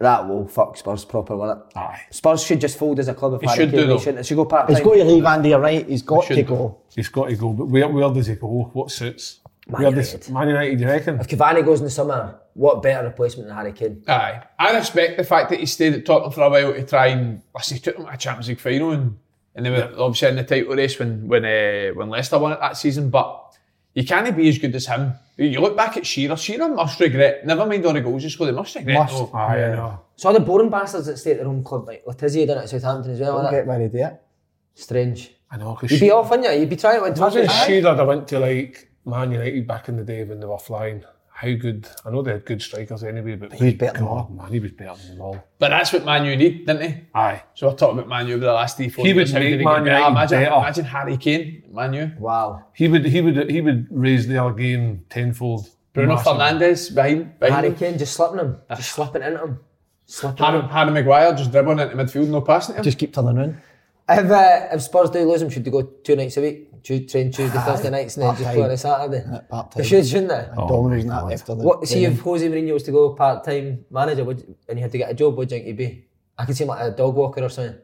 Speaker 1: That will fuck Spurs proper, won't it? Aye. Spurs should just fold as a club if Harry
Speaker 4: should
Speaker 1: Kane
Speaker 4: do, though.
Speaker 1: they shouldn't. It should go part
Speaker 3: He's
Speaker 1: time.
Speaker 3: got to leave, Andy, you're right. He's got
Speaker 4: should
Speaker 3: to
Speaker 4: go.
Speaker 3: go.
Speaker 2: He's got to go. But where, where does he go? What suits? Man where Does,
Speaker 1: United.
Speaker 2: Man United, you reckon?
Speaker 1: If Cavani goes in the summer, what better replacement than Harry Kane?
Speaker 4: Aye. I respect the fact that he stayed at Tottenham for a while to try and listen, he took them to a Champions League final and and they were obviously in the title race when when uh, when Leicester won it that season. But you can't be as good as him. You look back at Shearer. Shearer must regret. Never mind all the goals he scored. They must regret.
Speaker 3: Must.
Speaker 4: though.
Speaker 2: Aye, I know.
Speaker 1: So all the boring bastards that stay at their own club, like Letizia down at Southampton as well,
Speaker 3: Don't
Speaker 1: isn't it?
Speaker 3: get married yet.
Speaker 1: Strange.
Speaker 2: I know. Cause
Speaker 1: You'd
Speaker 2: she,
Speaker 1: be off, wouldn't you? You'd be trying to win
Speaker 2: imagine
Speaker 1: trophies.
Speaker 2: Shearer that went to like Man United back in the day when they were flying. How good? I know they had good strikers anyway, but
Speaker 3: He was better than
Speaker 2: God,
Speaker 3: all.
Speaker 2: man, he was better than them all.
Speaker 4: But that's what Man U need, didn't they?
Speaker 2: Aye.
Speaker 4: So we're talking about Man U over the last three, four
Speaker 2: He
Speaker 4: years.
Speaker 2: would
Speaker 4: How
Speaker 2: make
Speaker 4: did they
Speaker 2: Man
Speaker 4: get better?
Speaker 2: United
Speaker 4: Imagine,
Speaker 2: better.
Speaker 4: imagine Harry Kane, at Man U.
Speaker 1: Wow.
Speaker 2: He would, he would, he would raise their game tenfold.
Speaker 4: Bruno
Speaker 2: Massive.
Speaker 4: Fernandes behind, behind
Speaker 1: Harry
Speaker 4: him.
Speaker 1: Kane just slipping him. Just slipping into him. Slipping
Speaker 4: Harry, Harry Maguire just dribbling into midfield, no passing to him.
Speaker 3: Just keep turning round.
Speaker 1: If, uh, if Spurs do lose them, should they go two nights a week? Tu- train Tuesday, Thursday nights, and then just play on a Saturday?
Speaker 3: part
Speaker 1: They
Speaker 3: time.
Speaker 1: should, shouldn't they?
Speaker 3: Domino's and that after the
Speaker 1: Oh What, see,
Speaker 3: training.
Speaker 1: if Jose Mourinho was to go part time manager would, and you had to get a job, what do you think he'd be? I could see him like a dog walker or something.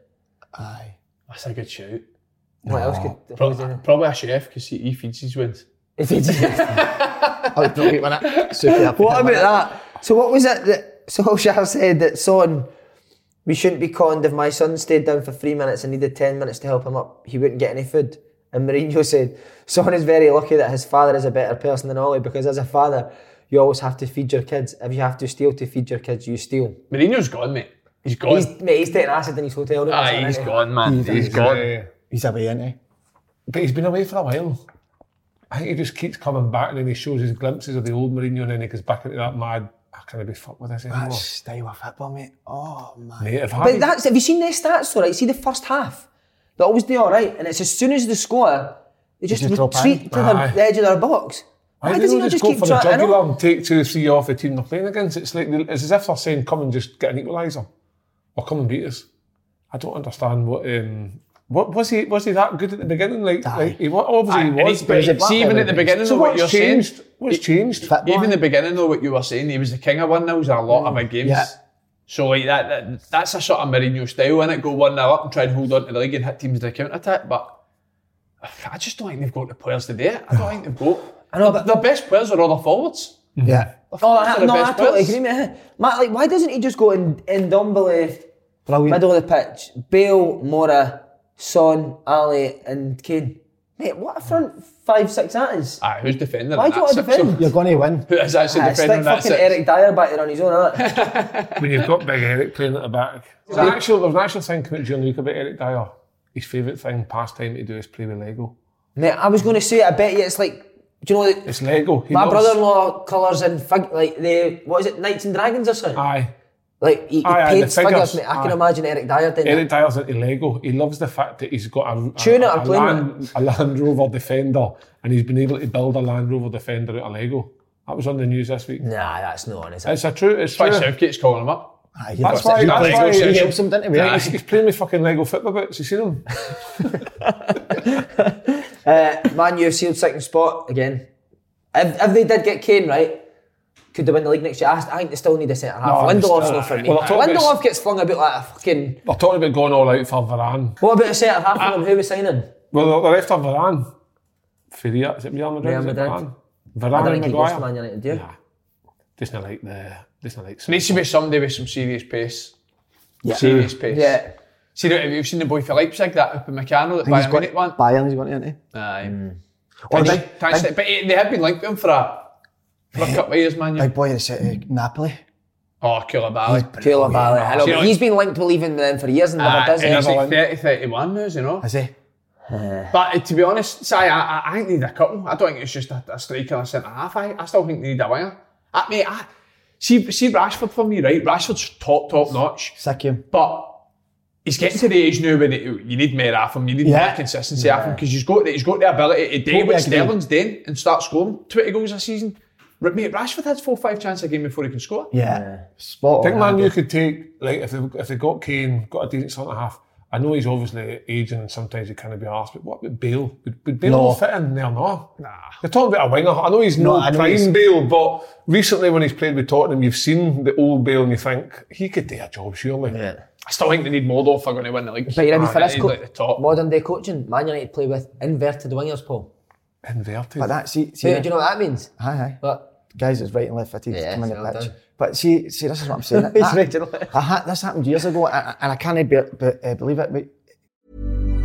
Speaker 3: Aye.
Speaker 4: That's a good shoot.
Speaker 1: What else could
Speaker 4: Pro-
Speaker 1: Jose do?
Speaker 4: Probably a chef because he, he feeds his wins.
Speaker 1: If he did-
Speaker 3: Oh, brilliant, wasn't it? Super happy.
Speaker 1: What about that? So, what was it that Solskjaer said that Son, we shouldn't be conned if my son stayed down for three minutes and needed 10 minutes to help him up, he wouldn't get any food? And Mourinho said, Son is very lucky that his father is a better person than Ollie because as a father, you always have to feed your kids. If you have to steal to feed your kids, you steal.
Speaker 4: Mourinho's gone, mate. He's gone.
Speaker 1: He's, mate, he's taking acid in his hotel room.
Speaker 4: Aye, he's gone, man. he's gone.
Speaker 2: Uh,
Speaker 3: He's eh? away, isn't he?
Speaker 2: But he's been away for a while. I think he just keeps coming back and then he shows his glimpses of the old Mourinho and then he goes back into that mad, I can't be fucked with this anymore.
Speaker 3: That's style of football, mate. Oh, man.
Speaker 2: Mate, if
Speaker 1: But
Speaker 2: Harry,
Speaker 1: that's have you seen their stats though? Right, see the first half, they always do all right, and it's as soon as they score, they just,
Speaker 3: just
Speaker 1: retreat
Speaker 3: drop
Speaker 1: to
Speaker 3: in.
Speaker 1: the,
Speaker 2: Aye.
Speaker 1: the edge of their box. Why,
Speaker 2: do
Speaker 1: does
Speaker 2: they
Speaker 1: he not just
Speaker 2: go
Speaker 1: keep
Speaker 2: for the
Speaker 1: trying?
Speaker 2: jugular and take two or three off the team they're playing against? It's like it's as if they're saying, "Come and just get an equaliser, or come and beat us." I don't understand what. Um, what was he? Was he that good at the beginning? Like, like he was,
Speaker 4: Aye,
Speaker 2: obviously
Speaker 4: and
Speaker 2: he
Speaker 4: he's-
Speaker 2: was.
Speaker 4: but
Speaker 3: was a black
Speaker 4: see, even at the
Speaker 3: belt, isn't
Speaker 4: beginning
Speaker 2: so
Speaker 4: of what you're
Speaker 2: what's changed?
Speaker 4: saying,
Speaker 2: What's changed?
Speaker 3: Fit boy.
Speaker 4: even the beginning of what you were saying, he was the king of one nils in a lot
Speaker 1: Mm,
Speaker 4: of my games.
Speaker 3: Yeah.
Speaker 4: So like that, that, that's a sort of Mourinho style, innit? Go one nil up and try and hold on to the league and hit teams in the counter attack. But I just don't think they've got the players to do it. I don't think they've got.
Speaker 1: I know, but
Speaker 4: Their best players are all their forwards.
Speaker 3: Yeah.
Speaker 1: Oh,
Speaker 4: Those are
Speaker 1: I,
Speaker 4: the
Speaker 1: no, I
Speaker 4: best
Speaker 1: totally
Speaker 4: players.
Speaker 1: agree, mate. Matt, like, why doesn't he just go in, in Dumbly,
Speaker 3: Brilliant.
Speaker 1: middle of the pitch, Bale, Mora, Son, Ali, and Kane? Mate, what a front five, six that is.
Speaker 4: Aye, Ah, who's defending?
Speaker 1: Why
Speaker 4: on
Speaker 1: do you want
Speaker 4: that
Speaker 1: to
Speaker 4: six,
Speaker 1: defend?
Speaker 4: though?
Speaker 3: You're eh, going to win.
Speaker 4: Who is actually
Speaker 1: Aye,
Speaker 4: defending
Speaker 1: stick
Speaker 4: on that
Speaker 1: fucking
Speaker 4: six?
Speaker 1: Eric Dyer back there on his own, innit?
Speaker 2: when you've got big Eric playing at the back. There's an actual, there's an actual thing come out during the week about Eric Dyer. His favourite thing, pastime to do is play with Lego.
Speaker 1: mate, I was going to say, I bet you it's like, do you know, that
Speaker 2: It's Lego. He
Speaker 1: my
Speaker 2: loves-
Speaker 1: brother-in-law colours in, fig- like, the, what is it, Knights and Dragons or something?
Speaker 2: Aye.
Speaker 1: Like, he, he
Speaker 2: Aye, aye, the
Speaker 1: paints figures,
Speaker 2: figures,
Speaker 1: mate. I can
Speaker 2: aye.
Speaker 1: imagine Eric Dyer doing that.
Speaker 2: Eric Dyer's into Lego. He loves the fact that he's got a, a,
Speaker 1: Tuna
Speaker 2: a,
Speaker 1: or plain
Speaker 2: Land, a Land Rover Defender and he's been able to build a Land Rover Defender out of Lego. That was on the news this week.
Speaker 1: Nah, that's not on, is it?
Speaker 2: It's a true. It's true.
Speaker 4: Why Southgate's calling him up?
Speaker 3: Aye, you
Speaker 2: That's
Speaker 3: know,
Speaker 2: why-
Speaker 3: Ah, he
Speaker 2: that's
Speaker 3: plays-
Speaker 2: why-
Speaker 3: he helps him, didn't he?
Speaker 2: He's, he's playing with fucking Lego football boots. You seen him?
Speaker 1: Uh, Man U have sealed second spot again. If, if they did get Kane right, could they win the league next year? I, I think they still need a centre half.
Speaker 2: No,
Speaker 1: Lindelof's
Speaker 2: I
Speaker 1: not for me.
Speaker 2: Well, I thought it
Speaker 1: Lindelof
Speaker 2: was-
Speaker 1: gets flung about like a fucking.
Speaker 2: They're talking about going all out for Varane.
Speaker 1: What about a centre half for them? Who was signing?
Speaker 2: Well, they're after Varane. For the, is it Real Madrid?
Speaker 1: Real
Speaker 2: Is it
Speaker 1: Madrid.
Speaker 2: Varane?
Speaker 1: I
Speaker 2: Varane
Speaker 1: don't
Speaker 2: and
Speaker 1: think he goes to
Speaker 2: Maguire.
Speaker 1: Man United, do you?
Speaker 2: Nah. Just not like the. Just not like.
Speaker 4: Needs to be somebody with some serious pace.
Speaker 2: Serious.
Speaker 4: Serious pace.
Speaker 1: Yeah.
Speaker 4: See, have you seen the boy for Leipzig, that up in Meccano, that
Speaker 3: He's got-
Speaker 4: Bayern Munich one?
Speaker 3: Bayern, he's going to, isn't he?
Speaker 4: Aye.
Speaker 3: Or
Speaker 4: Can't
Speaker 3: big,
Speaker 4: st- can't st- but eh, they have been linked to him for a, for a couple of years, man. You.
Speaker 3: big boy that's at uh, Napoli.
Speaker 4: Oh, Koulibaly.
Speaker 1: Caleb Bally. I know.
Speaker 4: See,
Speaker 1: but
Speaker 4: like-
Speaker 1: He's been linked to leaving them for years and never
Speaker 2: Ah,
Speaker 4: Aye,
Speaker 1: does
Speaker 4: Ah, and he's
Speaker 1: it.
Speaker 4: like 30, 31 now, you know.
Speaker 3: Is he?
Speaker 4: But eh, to be honest, Si, I, I, I think they need a couple. I don't think it's just a, a striker and a centre half. I, I still think they need a winger. I, mate, I, see, see Rashford for me, right? Rashford's top, top notch.
Speaker 3: Sick him.
Speaker 4: But he's getting to the age now when it, you need more off him, you need
Speaker 3: Yeah.
Speaker 4: more consistency off him because he's got the, he's got the ability to do
Speaker 3: Totally
Speaker 4: what
Speaker 3: agree.
Speaker 4: Sterling's done and start scoring 20 goals a season. But mate, Rashford has four five chances a game before he can score.
Speaker 3: Yeah. Spot Oh, on.
Speaker 2: I think Man
Speaker 3: Andy.
Speaker 2: U could take like if they if they got Kane, got a decent centre half. I know he's obviously aging and sometimes he can be asked, but what about Bale? Would, would Bale
Speaker 3: No.
Speaker 2: fit in there? No. Nah. They're talking about a winger. I know he's
Speaker 3: No,
Speaker 2: no,
Speaker 3: I know
Speaker 2: prime
Speaker 3: he's-
Speaker 2: Bale, but recently when he's played with Tottenham, you've seen the old Bale and you think he could do a job surely. Yeah.
Speaker 4: I still think they need more though if they're going to win the league.
Speaker 1: But you ready
Speaker 4: Ah,
Speaker 1: for
Speaker 4: they
Speaker 1: this?
Speaker 4: need,
Speaker 1: Co-
Speaker 4: like, the top.
Speaker 1: Modern day coaching. Man United play with inverted wingers, Paul.
Speaker 2: Inverted.
Speaker 3: But that's it. See,
Speaker 1: Do you- do you know what that means?
Speaker 3: Aye, aye.
Speaker 1: But
Speaker 3: Guys, it's right and left footed
Speaker 1: Yeah,
Speaker 3: coming
Speaker 1: it's
Speaker 3: the
Speaker 1: well
Speaker 3: pitch.
Speaker 1: done.
Speaker 3: But see, see, this is what I'm saying.
Speaker 1: He's
Speaker 3: That-
Speaker 1: right and left.
Speaker 3: I had- this happened years ago, and I, and I can't be, be, uh, believe it. But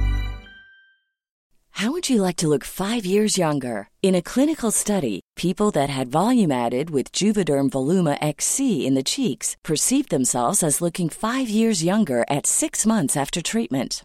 Speaker 5: How would you like to look five years younger? In a clinical study, people that had volume added with Juvederm Voluma XC in the cheeks perceived themselves as looking five years younger at six months after treatment.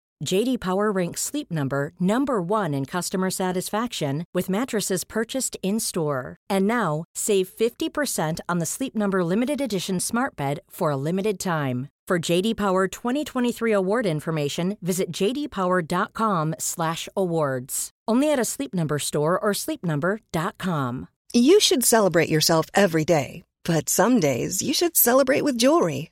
Speaker 6: JD Power ranks Sleep Number number 1 in customer satisfaction with mattresses purchased in-store. And now, save 50% on the Sleep Number limited edition Smart Bed for a limited time. For JD Power 2023 award information, visit jdpower.com/awards. Only at a Sleep Number store or sleepnumber.com.
Speaker 7: You should celebrate yourself every day, but some days you should celebrate with jewelry.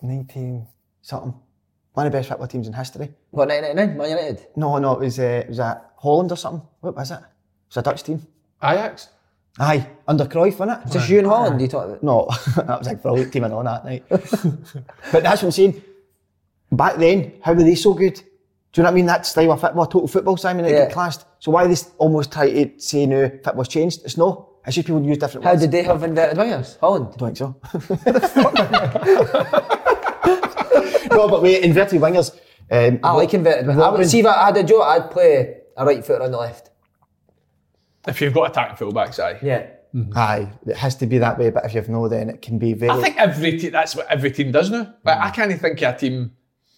Speaker 3: 19 something. One of the best football teams in history.
Speaker 1: What, 1999? Man United?
Speaker 3: No, no, it was, uh, it was at Holland or something. What was it? It was a Dutch team.
Speaker 4: Ajax.
Speaker 3: Aye, under Cruyff, wasn't it?
Speaker 1: Just you and Holland, you talk about?
Speaker 3: No, that was like brilliant team and on that night. but that's what I'm saying. Back then, how were they so good? Do you know what I mean? That style of football, total football, Simon, it
Speaker 1: Yeah.
Speaker 3: get classed. So why they s- almost try to say now football's changed? It's no. It's just people use different
Speaker 1: How
Speaker 3: words.
Speaker 1: did they have inverted wingers? Holland?
Speaker 3: I don't think so. no, but wait, inverted wingers. Um,
Speaker 1: I like inverted wingers. I would, see if I had a joke, I'd play a right footer on the left.
Speaker 4: If you've got attacking fullbacks, aye.
Speaker 1: Yeah.
Speaker 3: Aye, it has to be that way, but if you've no, then it can be very.
Speaker 4: I think every te- that's what every team does now. Like, I can't think of a team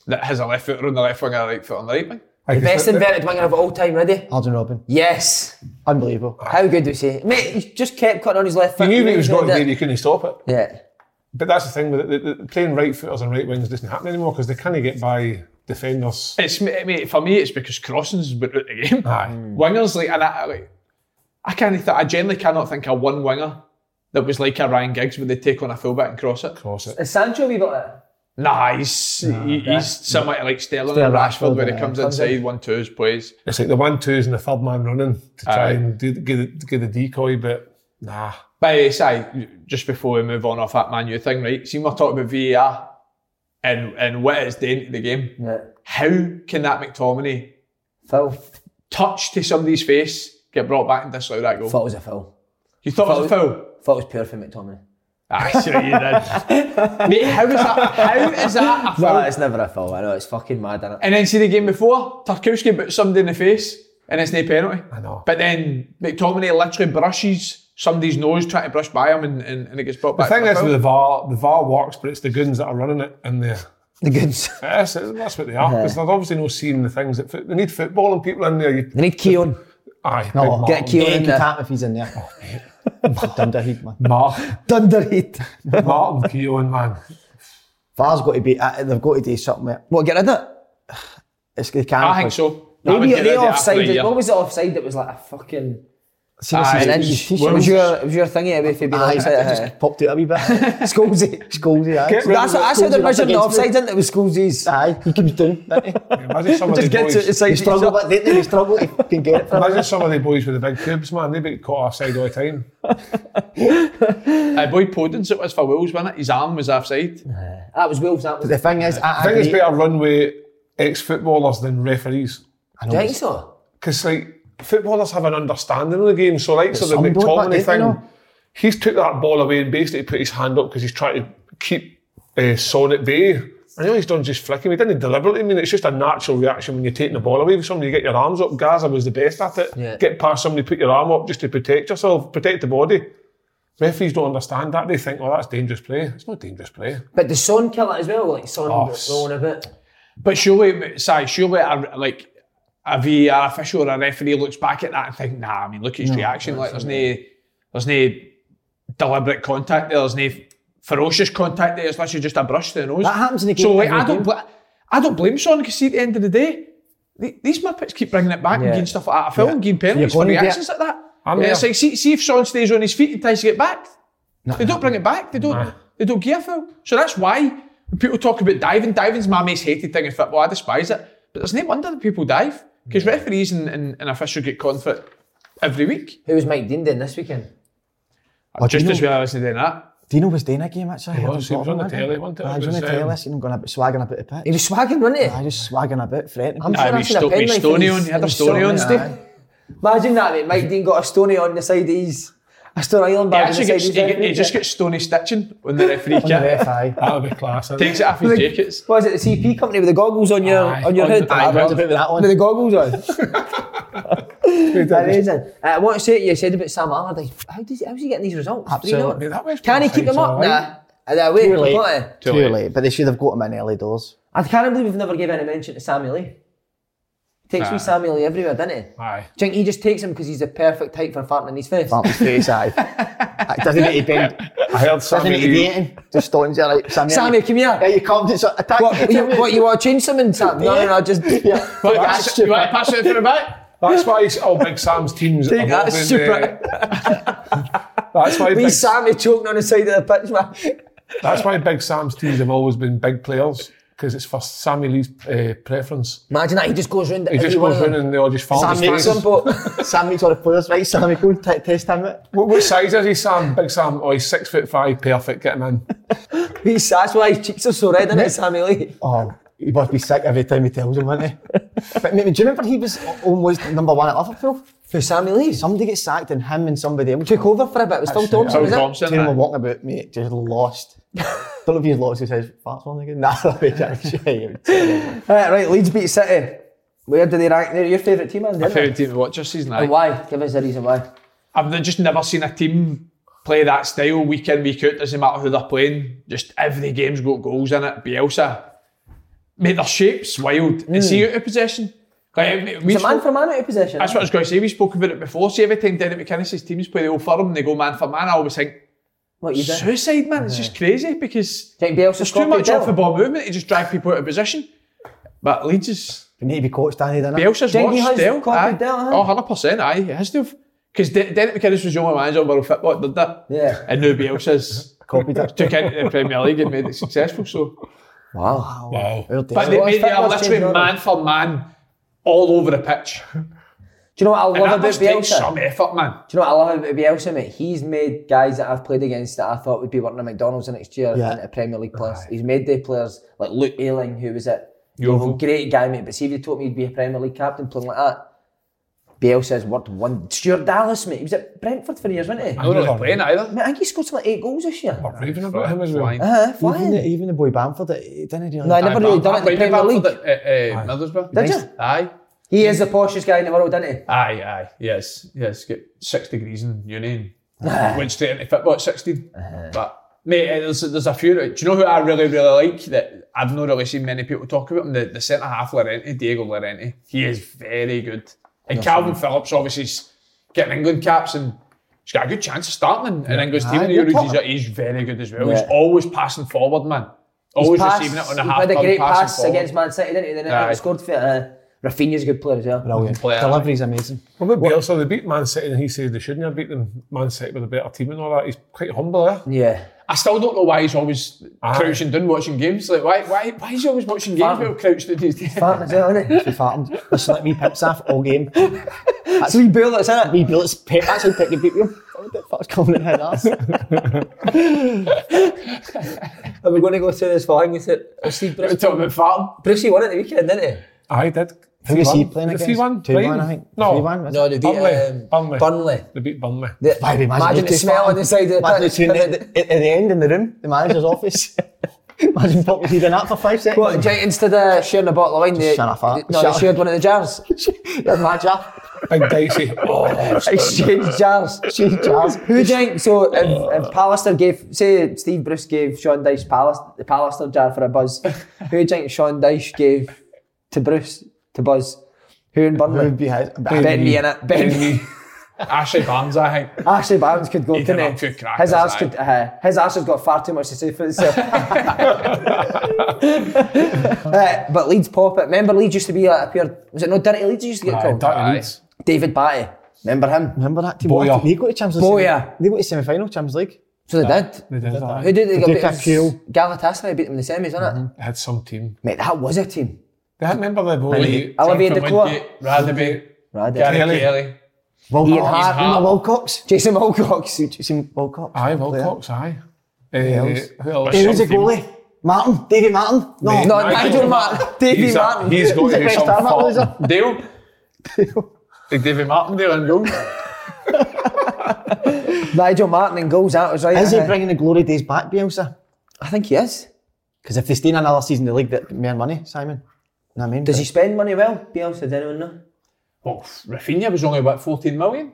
Speaker 4: that has a left footer on the left wing and a right foot on the right wing.
Speaker 2: Like,
Speaker 1: Best inverted winger of all time, ready?
Speaker 3: Arden Robin.
Speaker 1: Yes.
Speaker 3: Unbelievable.
Speaker 1: How good was he? Mate, he just kept cutting on his left
Speaker 2: You
Speaker 1: foot.
Speaker 2: knew it was
Speaker 1: He
Speaker 2: got
Speaker 1: did
Speaker 2: there, you
Speaker 1: it.
Speaker 2: couldn't stop it.
Speaker 1: Yeah.
Speaker 2: But that's the thing with it, the, the, playing right footers and right wings doesn't happen anymore because they can't get by defenders.
Speaker 4: It's I mean, for me. It's because crossings were out the game. Aye. Wingers like and I like, I can't. Th- I generally cannot think of one winger that was like a Ryan Giggs where they take on a fullback and cross it.
Speaker 2: Cross it.
Speaker 1: Is Sancho a wee bit like that?
Speaker 4: Nah, he's he, he's somewhat like Sterling and Rashford,
Speaker 3: Rashford,
Speaker 4: where he
Speaker 3: yeah.
Speaker 4: comes inside one twos plays.
Speaker 2: It's like the one twos and the third man running to try
Speaker 4: Aye.
Speaker 2: and do, get, the, get the decoy, but nah.
Speaker 4: By the way, Si, eh, just before we move on off that Man U thing, right? See, we're talking about VAR and and what it's doing to the game.
Speaker 1: Yeah.
Speaker 4: How can that McTominay
Speaker 1: Phil.
Speaker 4: touch to somebody's face get brought back and disallow that goal?
Speaker 1: Thought it was a foul.
Speaker 4: You thought it was a foul?
Speaker 1: Thought it was pure for McTominay.
Speaker 4: I sure you did. Mate, how is that? How is that a foul?
Speaker 1: Well, it's never a foul. I know, it's fucking mad, innit?
Speaker 4: And then see the game before, Tarkowski boots somebody in the face and it's no penalty.
Speaker 1: Ah,
Speaker 4: I
Speaker 2: know.
Speaker 4: But then McTominay literally brushes somebody's nose trying to brush by him and, and, and it gets brought
Speaker 2: The
Speaker 4: back.
Speaker 2: thing
Speaker 4: for a
Speaker 2: is
Speaker 4: foul.
Speaker 2: with the VAR, the VAR works, but it's the goons that are running it and the
Speaker 1: The goods.
Speaker 2: Yes, it- that's what they are. Because they're obviously no seeing the things that fit. they need footballing people in there. You,
Speaker 1: They need Keon.
Speaker 2: aye,
Speaker 3: No,
Speaker 2: big
Speaker 1: Get Keon in
Speaker 3: Ian
Speaker 1: there.
Speaker 3: Katap Oh, if he's in there. Dunderheat, man.
Speaker 2: Mark,
Speaker 1: Dunderhead.
Speaker 2: Martin, Martin Keown, man.
Speaker 3: VAR's got to be, uh, they've got to do something with it.
Speaker 1: What, get rid of it?
Speaker 3: It's, they can't.
Speaker 4: I think so. I would
Speaker 1: Maybe
Speaker 4: get rid
Speaker 1: they
Speaker 4: of it after a
Speaker 1: offside.
Speaker 4: year.
Speaker 1: What was it offside that was like a fucking.
Speaker 3: Seriously,
Speaker 4: Aye,
Speaker 3: it's
Speaker 1: An
Speaker 3: in his
Speaker 1: inch. It
Speaker 3: t-shirt.
Speaker 1: was your, it was your thingy away if you'd been
Speaker 3: Aye,
Speaker 1: offside.
Speaker 3: it just popped out a wee bit.
Speaker 1: Schoolsy.
Speaker 3: Scoldy, aye.
Speaker 2: Get rid
Speaker 1: That's, that's how they're
Speaker 3: Schoolsy up
Speaker 1: measuring the
Speaker 3: against
Speaker 1: offside, isn't it? With Schoolsies.
Speaker 3: Aye, he comes down, doesn't he?
Speaker 2: Imagine some of the
Speaker 1: Just gets it uh,
Speaker 2: boys.
Speaker 1: inside
Speaker 3: He
Speaker 1: each
Speaker 3: struggle,
Speaker 1: other.
Speaker 3: but they, they struggle, he can get it from
Speaker 2: Imagine some of the boys with the big pubes, man. They get caught offside all the time.
Speaker 4: Aye, Boyd Podence it was for Wolves, wasn't it? His arm was offside.
Speaker 1: That was Wolves, that was.
Speaker 3: The thing is, I,
Speaker 2: I think
Speaker 3: agree.
Speaker 2: it's better run with ex-footballers than referees.
Speaker 1: Do you think so?
Speaker 2: Because like footballers have an understanding of the game. So like so the
Speaker 3: some don't, but
Speaker 2: McTominay
Speaker 3: they
Speaker 2: thing,
Speaker 3: know.
Speaker 2: he's took that ball away and basically put his hand up because he's trying to keep uh, Son at bay. I know he's done just flicking. He didn't deliberately. I mean, it's just a natural reaction when you're taking the ball away from somebody. You get your arms up. Gaza was the best at it.
Speaker 1: Yeah.
Speaker 2: Get past somebody, put your arm up just to protect yourself, protect the body. Referees don't understand that. They think, "Oh, that's dangerous play." It's not dangerous play.
Speaker 1: But the Son killer as well, like Son
Speaker 2: Oh,
Speaker 1: rolling a bit.
Speaker 4: But surely, Si, surely a, like a VAR official or a referee looks back at that and think, nah, I mean, look at his reaction. Like, there's no, there's no deliberate contact there. There's no ferocious contact there. It's literally just a brush to the nose.
Speaker 3: That happens in the game
Speaker 4: So, like,
Speaker 3: every
Speaker 4: I don't,
Speaker 3: game.
Speaker 4: bl- I don't blame Sean because see, at the end of the day, the- these Muppets keep bringing it back and
Speaker 1: Yeah.
Speaker 4: getting stuff like that. A film, getting penalties for
Speaker 3: gonna get-
Speaker 4: reactions like that.
Speaker 2: I'm
Speaker 4: And it's
Speaker 2: there.
Speaker 4: like, see, see if Sean stays on his feet and tries to get back. they don't bring it back. They don't. They don't give a foul. So that's why when people talk about diving. Diving's my most hated thing in football. I despise it. But there's no wonder that people dive because referees and, and, and officials get conflict every week.
Speaker 1: Who was Mike Dean doing this weekend?
Speaker 3: do you
Speaker 4: Just as
Speaker 3: know-
Speaker 4: well as they do that. Ah,
Speaker 3: Dino was doing a game actually. He
Speaker 2: was, he was on the telly, wasn't he?
Speaker 3: Aye, he was on
Speaker 2: It was,
Speaker 3: the telly,
Speaker 2: um,
Speaker 3: I seen him going about swagging about the pitch.
Speaker 1: He was swagging, wasn't he?
Speaker 3: I just swagging about, threatening.
Speaker 1: I'm
Speaker 3: people.
Speaker 1: sure
Speaker 4: Aye, we
Speaker 1: I've seen a
Speaker 4: stuck-
Speaker 1: pen
Speaker 4: we
Speaker 1: knife
Speaker 4: stony
Speaker 1: in his-
Speaker 4: on- he had
Speaker 1: in
Speaker 4: a
Speaker 1: his
Speaker 4: stony
Speaker 1: sock,
Speaker 4: on,
Speaker 1: didn't
Speaker 4: Steve.
Speaker 1: he? Imagine that, mate. Mike Dean got a stony on the side of his. A stony island
Speaker 4: He
Speaker 1: bag on
Speaker 4: actually
Speaker 1: the
Speaker 4: gets, he,
Speaker 1: side of his
Speaker 4: get- he
Speaker 1: referee.
Speaker 4: just gets stony stitching when the referee
Speaker 3: On the ref,
Speaker 4: kicks.
Speaker 3: aye.
Speaker 2: That would be class. innit?
Speaker 4: Takes it off his jackets.
Speaker 1: What is it, the CP company with the goggles on your
Speaker 2: Aye,
Speaker 1: on your
Speaker 2: on
Speaker 1: hood?
Speaker 2: the- aye, round
Speaker 3: about with that on.
Speaker 1: With the goggles on. that is it. Uh, I want to say to you, you said about Sam Allardyce. How does he, how's he getting these results?
Speaker 3: Absolutely.
Speaker 2: Mate, that West
Speaker 1: Can he
Speaker 2: Brom
Speaker 1: keep them
Speaker 2: side's
Speaker 1: up?
Speaker 2: all
Speaker 1: Nah.
Speaker 2: right.
Speaker 1: Are they away
Speaker 3: Too late.
Speaker 1: completely?
Speaker 3: Too late, but they should have got him in early doors.
Speaker 1: I can't believe we've never given any mention to Samuel Lee. Takes wee Samuel Lee everywhere, doesn't he?
Speaker 2: Aye.
Speaker 1: Do you think he just takes him because he's the perfect type for farting in his face?
Speaker 3: Martin's face, aye. It doesn't need to bend.
Speaker 2: I heard
Speaker 3: Doesn't
Speaker 2: Sammy
Speaker 3: need to
Speaker 2: Lee-
Speaker 3: be anything. Just stones there, like Sammy.
Speaker 1: Sammy, come here.
Speaker 3: Yeah, you calmed it. So attack.
Speaker 1: What, you, what, you want to change something, Sam? No, no, no, just...
Speaker 3: Yeah. That's
Speaker 4: But that's- you
Speaker 3: stupid.
Speaker 4: want to pass it through the back?
Speaker 2: That's why it's all Big Sam's teams.
Speaker 1: Take that,
Speaker 2: evolving,
Speaker 1: super.
Speaker 2: uh, that's why
Speaker 1: Wee
Speaker 2: big,
Speaker 1: Sammy choking on the side of the pitch, man.
Speaker 2: that's why Big Sam's teams have always been big players because it's for Sammy Lee's uh, preference.
Speaker 1: Imagine that he just goes round.
Speaker 2: He just goes round and they all just fall.
Speaker 3: Sam
Speaker 2: his
Speaker 3: makes
Speaker 2: faces.
Speaker 3: him, but Sam makes all the players right. Sammy, go and t- test him out.
Speaker 2: What, what size is he, Sam? Big Sam. Oh, he's six foot five. Perfect. Get him in.
Speaker 1: He's, that's why his cheeks are so red, isn't it, Sammy Lee?
Speaker 3: Oh, he must be sick every time he tells him, wouldn't he? but mate, do you remember he was almost number one at Liverpool?
Speaker 1: For Sammy Lee,
Speaker 4: Oh.
Speaker 1: some
Speaker 3: Somebody gets sacked and him and somebody else.
Speaker 1: took over for a bit. It was Phil Thompson,
Speaker 4: Phil
Speaker 1: was it?
Speaker 4: Thompson.
Speaker 3: Two of them were
Speaker 4: aye.
Speaker 3: walking about, mate, just lost. Don't know if he's lost, he says, that's one again. Nah, that'll be it.
Speaker 1: Right, right, Leeds beat City. Where do they rank? They're your favourite team, Andy,
Speaker 4: My
Speaker 1: isn't it?
Speaker 4: favourite team to watch this season.
Speaker 1: And
Speaker 4: Aye.
Speaker 1: why? Give us a reason why.
Speaker 4: I've n- just never seen a team play that style week in, week out. Doesn't matter who they're playing. Just every game's got goals in it. Bielsa made their shapes wild. And see out of possession. Like, we
Speaker 1: It's Mm. a man
Speaker 4: spoke-
Speaker 1: for man out of possession.
Speaker 4: that's what I was going to say. We spoke about it before. See, every time Derek McInnes' teams play the old firm and they go man for man, I always think,
Speaker 1: What you think?
Speaker 4: suicide, man. It's just crazy because
Speaker 1: Think Bielsa's
Speaker 4: there's too
Speaker 1: copied
Speaker 4: much
Speaker 1: Bill?
Speaker 4: off the ball movement to just drive people out of position. But Leeds is.
Speaker 3: We need to be coached, Danny, didn't
Speaker 4: Bielsa's
Speaker 1: Think
Speaker 4: watched
Speaker 1: he has
Speaker 4: Dell.
Speaker 1: copied Dell, huh?
Speaker 4: Oh, 100%. Aye, he has to have. Because De- Derek McInnes was the only manager in world football that did that.
Speaker 1: Yeah.
Speaker 4: And now Bielsa's
Speaker 3: Copied it.
Speaker 4: took it into the Premier League and made it successful. So,
Speaker 1: Wow.
Speaker 2: Wow.
Speaker 3: Well,
Speaker 4: But they,
Speaker 1: well,
Speaker 4: made, they are
Speaker 1: football's changing,
Speaker 4: literally
Speaker 1: aren't
Speaker 4: man for man all over the pitch.
Speaker 1: Do you know what I
Speaker 4: And
Speaker 1: love
Speaker 4: that
Speaker 1: about
Speaker 4: must take
Speaker 1: Bielsa?
Speaker 4: some effort, man.
Speaker 1: Do you know what I love about Bielsa, mate? He's made guys that I've played against that I thought would be working at McDonald's the next year
Speaker 3: Yeah.
Speaker 1: into Premier League players. He's made the players like Luke Ayling, who was at
Speaker 4: Yeovil.
Speaker 1: Great guy, mate. But see if you told me he'd be a Premier League captain playing like that. Bielsa has worked one. Stuart Dallas, mate. He was at Brentford for years, wasn't he?
Speaker 4: I don't really playing either.
Speaker 1: Mate, I think he scored something like eight goals this year.
Speaker 2: We're raving about him as well.
Speaker 4: Flying.
Speaker 1: Uh,
Speaker 3: Even the,
Speaker 1: flying.
Speaker 3: even the boy Bamford, he didn't really.
Speaker 1: No, I never
Speaker 4: Aye,
Speaker 1: really
Speaker 4: but I-
Speaker 1: done it
Speaker 4: I
Speaker 1: in the
Speaker 4: played
Speaker 1: Premier League.
Speaker 4: Bradford At, uh, uh, Middlesbrough.
Speaker 1: Did you?
Speaker 4: Aye.
Speaker 1: He is the poshest guy in the world, isn't
Speaker 4: Aye, aye, yes, yes. Get six degrees in uni and went straight into football at 16.
Speaker 1: Uh-huh.
Speaker 4: But, mate, eh, there's, there's a few. Do you know who I really, really like that I've not really seen many people talk about him? The, the centre half, Lorente, Diego Lorente. He is very good. And Calvin Phillips, obviously, is getting England caps and he's got a good chance of starting in, in England's team.
Speaker 3: Aye,
Speaker 4: in the
Speaker 3: you're
Speaker 4: Euros.
Speaker 3: talking-
Speaker 4: He's, he's very good as well.
Speaker 1: Yeah.
Speaker 4: He's always passing forward, man.
Speaker 1: he?
Speaker 4: Always
Speaker 1: Pass-
Speaker 4: receiving it on the
Speaker 1: he
Speaker 4: half
Speaker 1: had a
Speaker 4: turn,
Speaker 1: great
Speaker 4: passing
Speaker 1: pass
Speaker 4: forward.
Speaker 1: against Man City, didn't he? Then he
Speaker 4: Aye.
Speaker 1: scored for it. Uh, Rafinha's a good player as well.
Speaker 3: Brilliant.
Speaker 4: Player.
Speaker 3: Delivery's amazing.
Speaker 2: What about Bielsa? They beat Man City and he said they shouldn't have beat them. Man City with a better team and all that. He's quite humble there.
Speaker 1: Yeah.
Speaker 4: I still don't know why he's always
Speaker 2: Aye.
Speaker 4: crouching down watching games. Like why why why is he always watching games
Speaker 1: Farting.
Speaker 4: while crouched down his
Speaker 1: Fat as well, isn't it?
Speaker 3: He farted. Listen, let me pips off all game.
Speaker 1: That's wee bullets, isn't it?
Speaker 3: Wee bullets, pip, that's how Picky beat you. What the fuck's coming in head ass?
Speaker 1: And we're going to go through this following with it. I oh, see
Speaker 4: We're
Speaker 1: Bruce,
Speaker 4: talking about farting.
Speaker 1: Brucey won at the weekend, didn't he?
Speaker 2: I did.
Speaker 3: Who is he
Speaker 2: 3-1.
Speaker 3: playing
Speaker 2: Is it
Speaker 3: against?
Speaker 2: 3-1?
Speaker 3: 2-1,
Speaker 2: Brighton?
Speaker 3: I think.
Speaker 2: No.
Speaker 3: 3-1, was it?
Speaker 1: No, they beat
Speaker 2: Burnley.
Speaker 1: um,
Speaker 2: Burnley.
Speaker 1: Burnley.
Speaker 2: They beat Burnley.
Speaker 1: The-
Speaker 3: Why, we imagine
Speaker 1: imagine
Speaker 3: they
Speaker 1: the
Speaker 3: just
Speaker 1: smell
Speaker 3: fart.
Speaker 1: on the side of the
Speaker 3: Imagine the
Speaker 1: pitch.
Speaker 3: tune at the, at the end in the room, the manager's office. Imagine what was he doing that for five seconds.
Speaker 1: What, j- instead of sharing a bottle of wine, they,
Speaker 3: shut up,
Speaker 1: they,
Speaker 3: Art.
Speaker 1: no,
Speaker 3: Shut
Speaker 1: they
Speaker 3: up.
Speaker 1: shared one of the jars.
Speaker 3: Imagine that.
Speaker 2: Big dicey. Oh,
Speaker 1: Exchange jars.
Speaker 3: Gee, Charles.
Speaker 1: Who drank? So if, if Pallister gave, say Steve Bruce gave Sean Dyche Pallister, the Pallister jar for a buzz, who drank Sean Dyche gave to Bruce to buzz? Who in
Speaker 3: Who would
Speaker 1: Burnley?
Speaker 3: be his?
Speaker 1: Ben me in it. Ben me.
Speaker 4: Ashley Barnes, I think.
Speaker 1: Ashley Barnes could go,
Speaker 4: He'd have
Speaker 1: couldn't
Speaker 4: a few
Speaker 1: he?
Speaker 4: crackers,
Speaker 1: His arse
Speaker 4: aye.
Speaker 1: could. Uh, his arse has got far too much to say for itself. Uh, but Leeds pop it. Remember Leeds used to be like a pure. Was it no dirty Leeds? Used to get
Speaker 2: Aye,
Speaker 1: called
Speaker 2: Dirty Leeds.
Speaker 1: David Batty. Remember him?
Speaker 3: Remember that team?
Speaker 2: Boyer.
Speaker 3: They go to Champions League.
Speaker 1: Boyer.
Speaker 3: They go to semi-final Champions League.
Speaker 1: So they did.
Speaker 2: They did Mm-hmm. that.
Speaker 1: Who did they
Speaker 3: They
Speaker 1: get
Speaker 3: did
Speaker 1: beat?
Speaker 3: get Kiel.
Speaker 1: Galatasaray beat them in the semis, wasn't it?
Speaker 2: They had some team.
Speaker 1: Mate, that was a team.
Speaker 2: They had, remember the goalie?
Speaker 1: Olivier
Speaker 4: Jonathan
Speaker 1: Declan.
Speaker 4: Wingate, Radebe,
Speaker 1: Right,
Speaker 4: Gary
Speaker 2: Kelly.
Speaker 4: Kelly.
Speaker 3: Wilcox.
Speaker 1: Ian Hart.
Speaker 3: Remember Wilcox?
Speaker 1: Jason Wilcox.
Speaker 3: You seen Wilcox?
Speaker 2: Aye, Wilcox, aye. Eh, Who else?
Speaker 3: He was a
Speaker 2: Some team.
Speaker 3: goalie. Martin. Davy Martin. No.
Speaker 2: Mate,
Speaker 1: No,
Speaker 2: Nigel
Speaker 1: Nigel
Speaker 2: Martin.
Speaker 1: Martin. Davy
Speaker 2: He's a-
Speaker 1: Martin.
Speaker 2: He's going to do
Speaker 3: West
Speaker 2: some
Speaker 3: Ham
Speaker 2: fun.
Speaker 3: loser.
Speaker 4: Dale. Like David Martindale and goal.
Speaker 1: Nigel Martin and goals. That was right.
Speaker 3: Is he
Speaker 1: Uh-huh.
Speaker 3: bringing the glory days back, Bielsa?
Speaker 1: I think he is.
Speaker 3: Because if they stay in another season in the league, that more money, Simon. Know what I mean?
Speaker 1: Does he spend money well? Bielsa, does anyone know?
Speaker 4: Well, Oh, Rafinha was only about 14 million.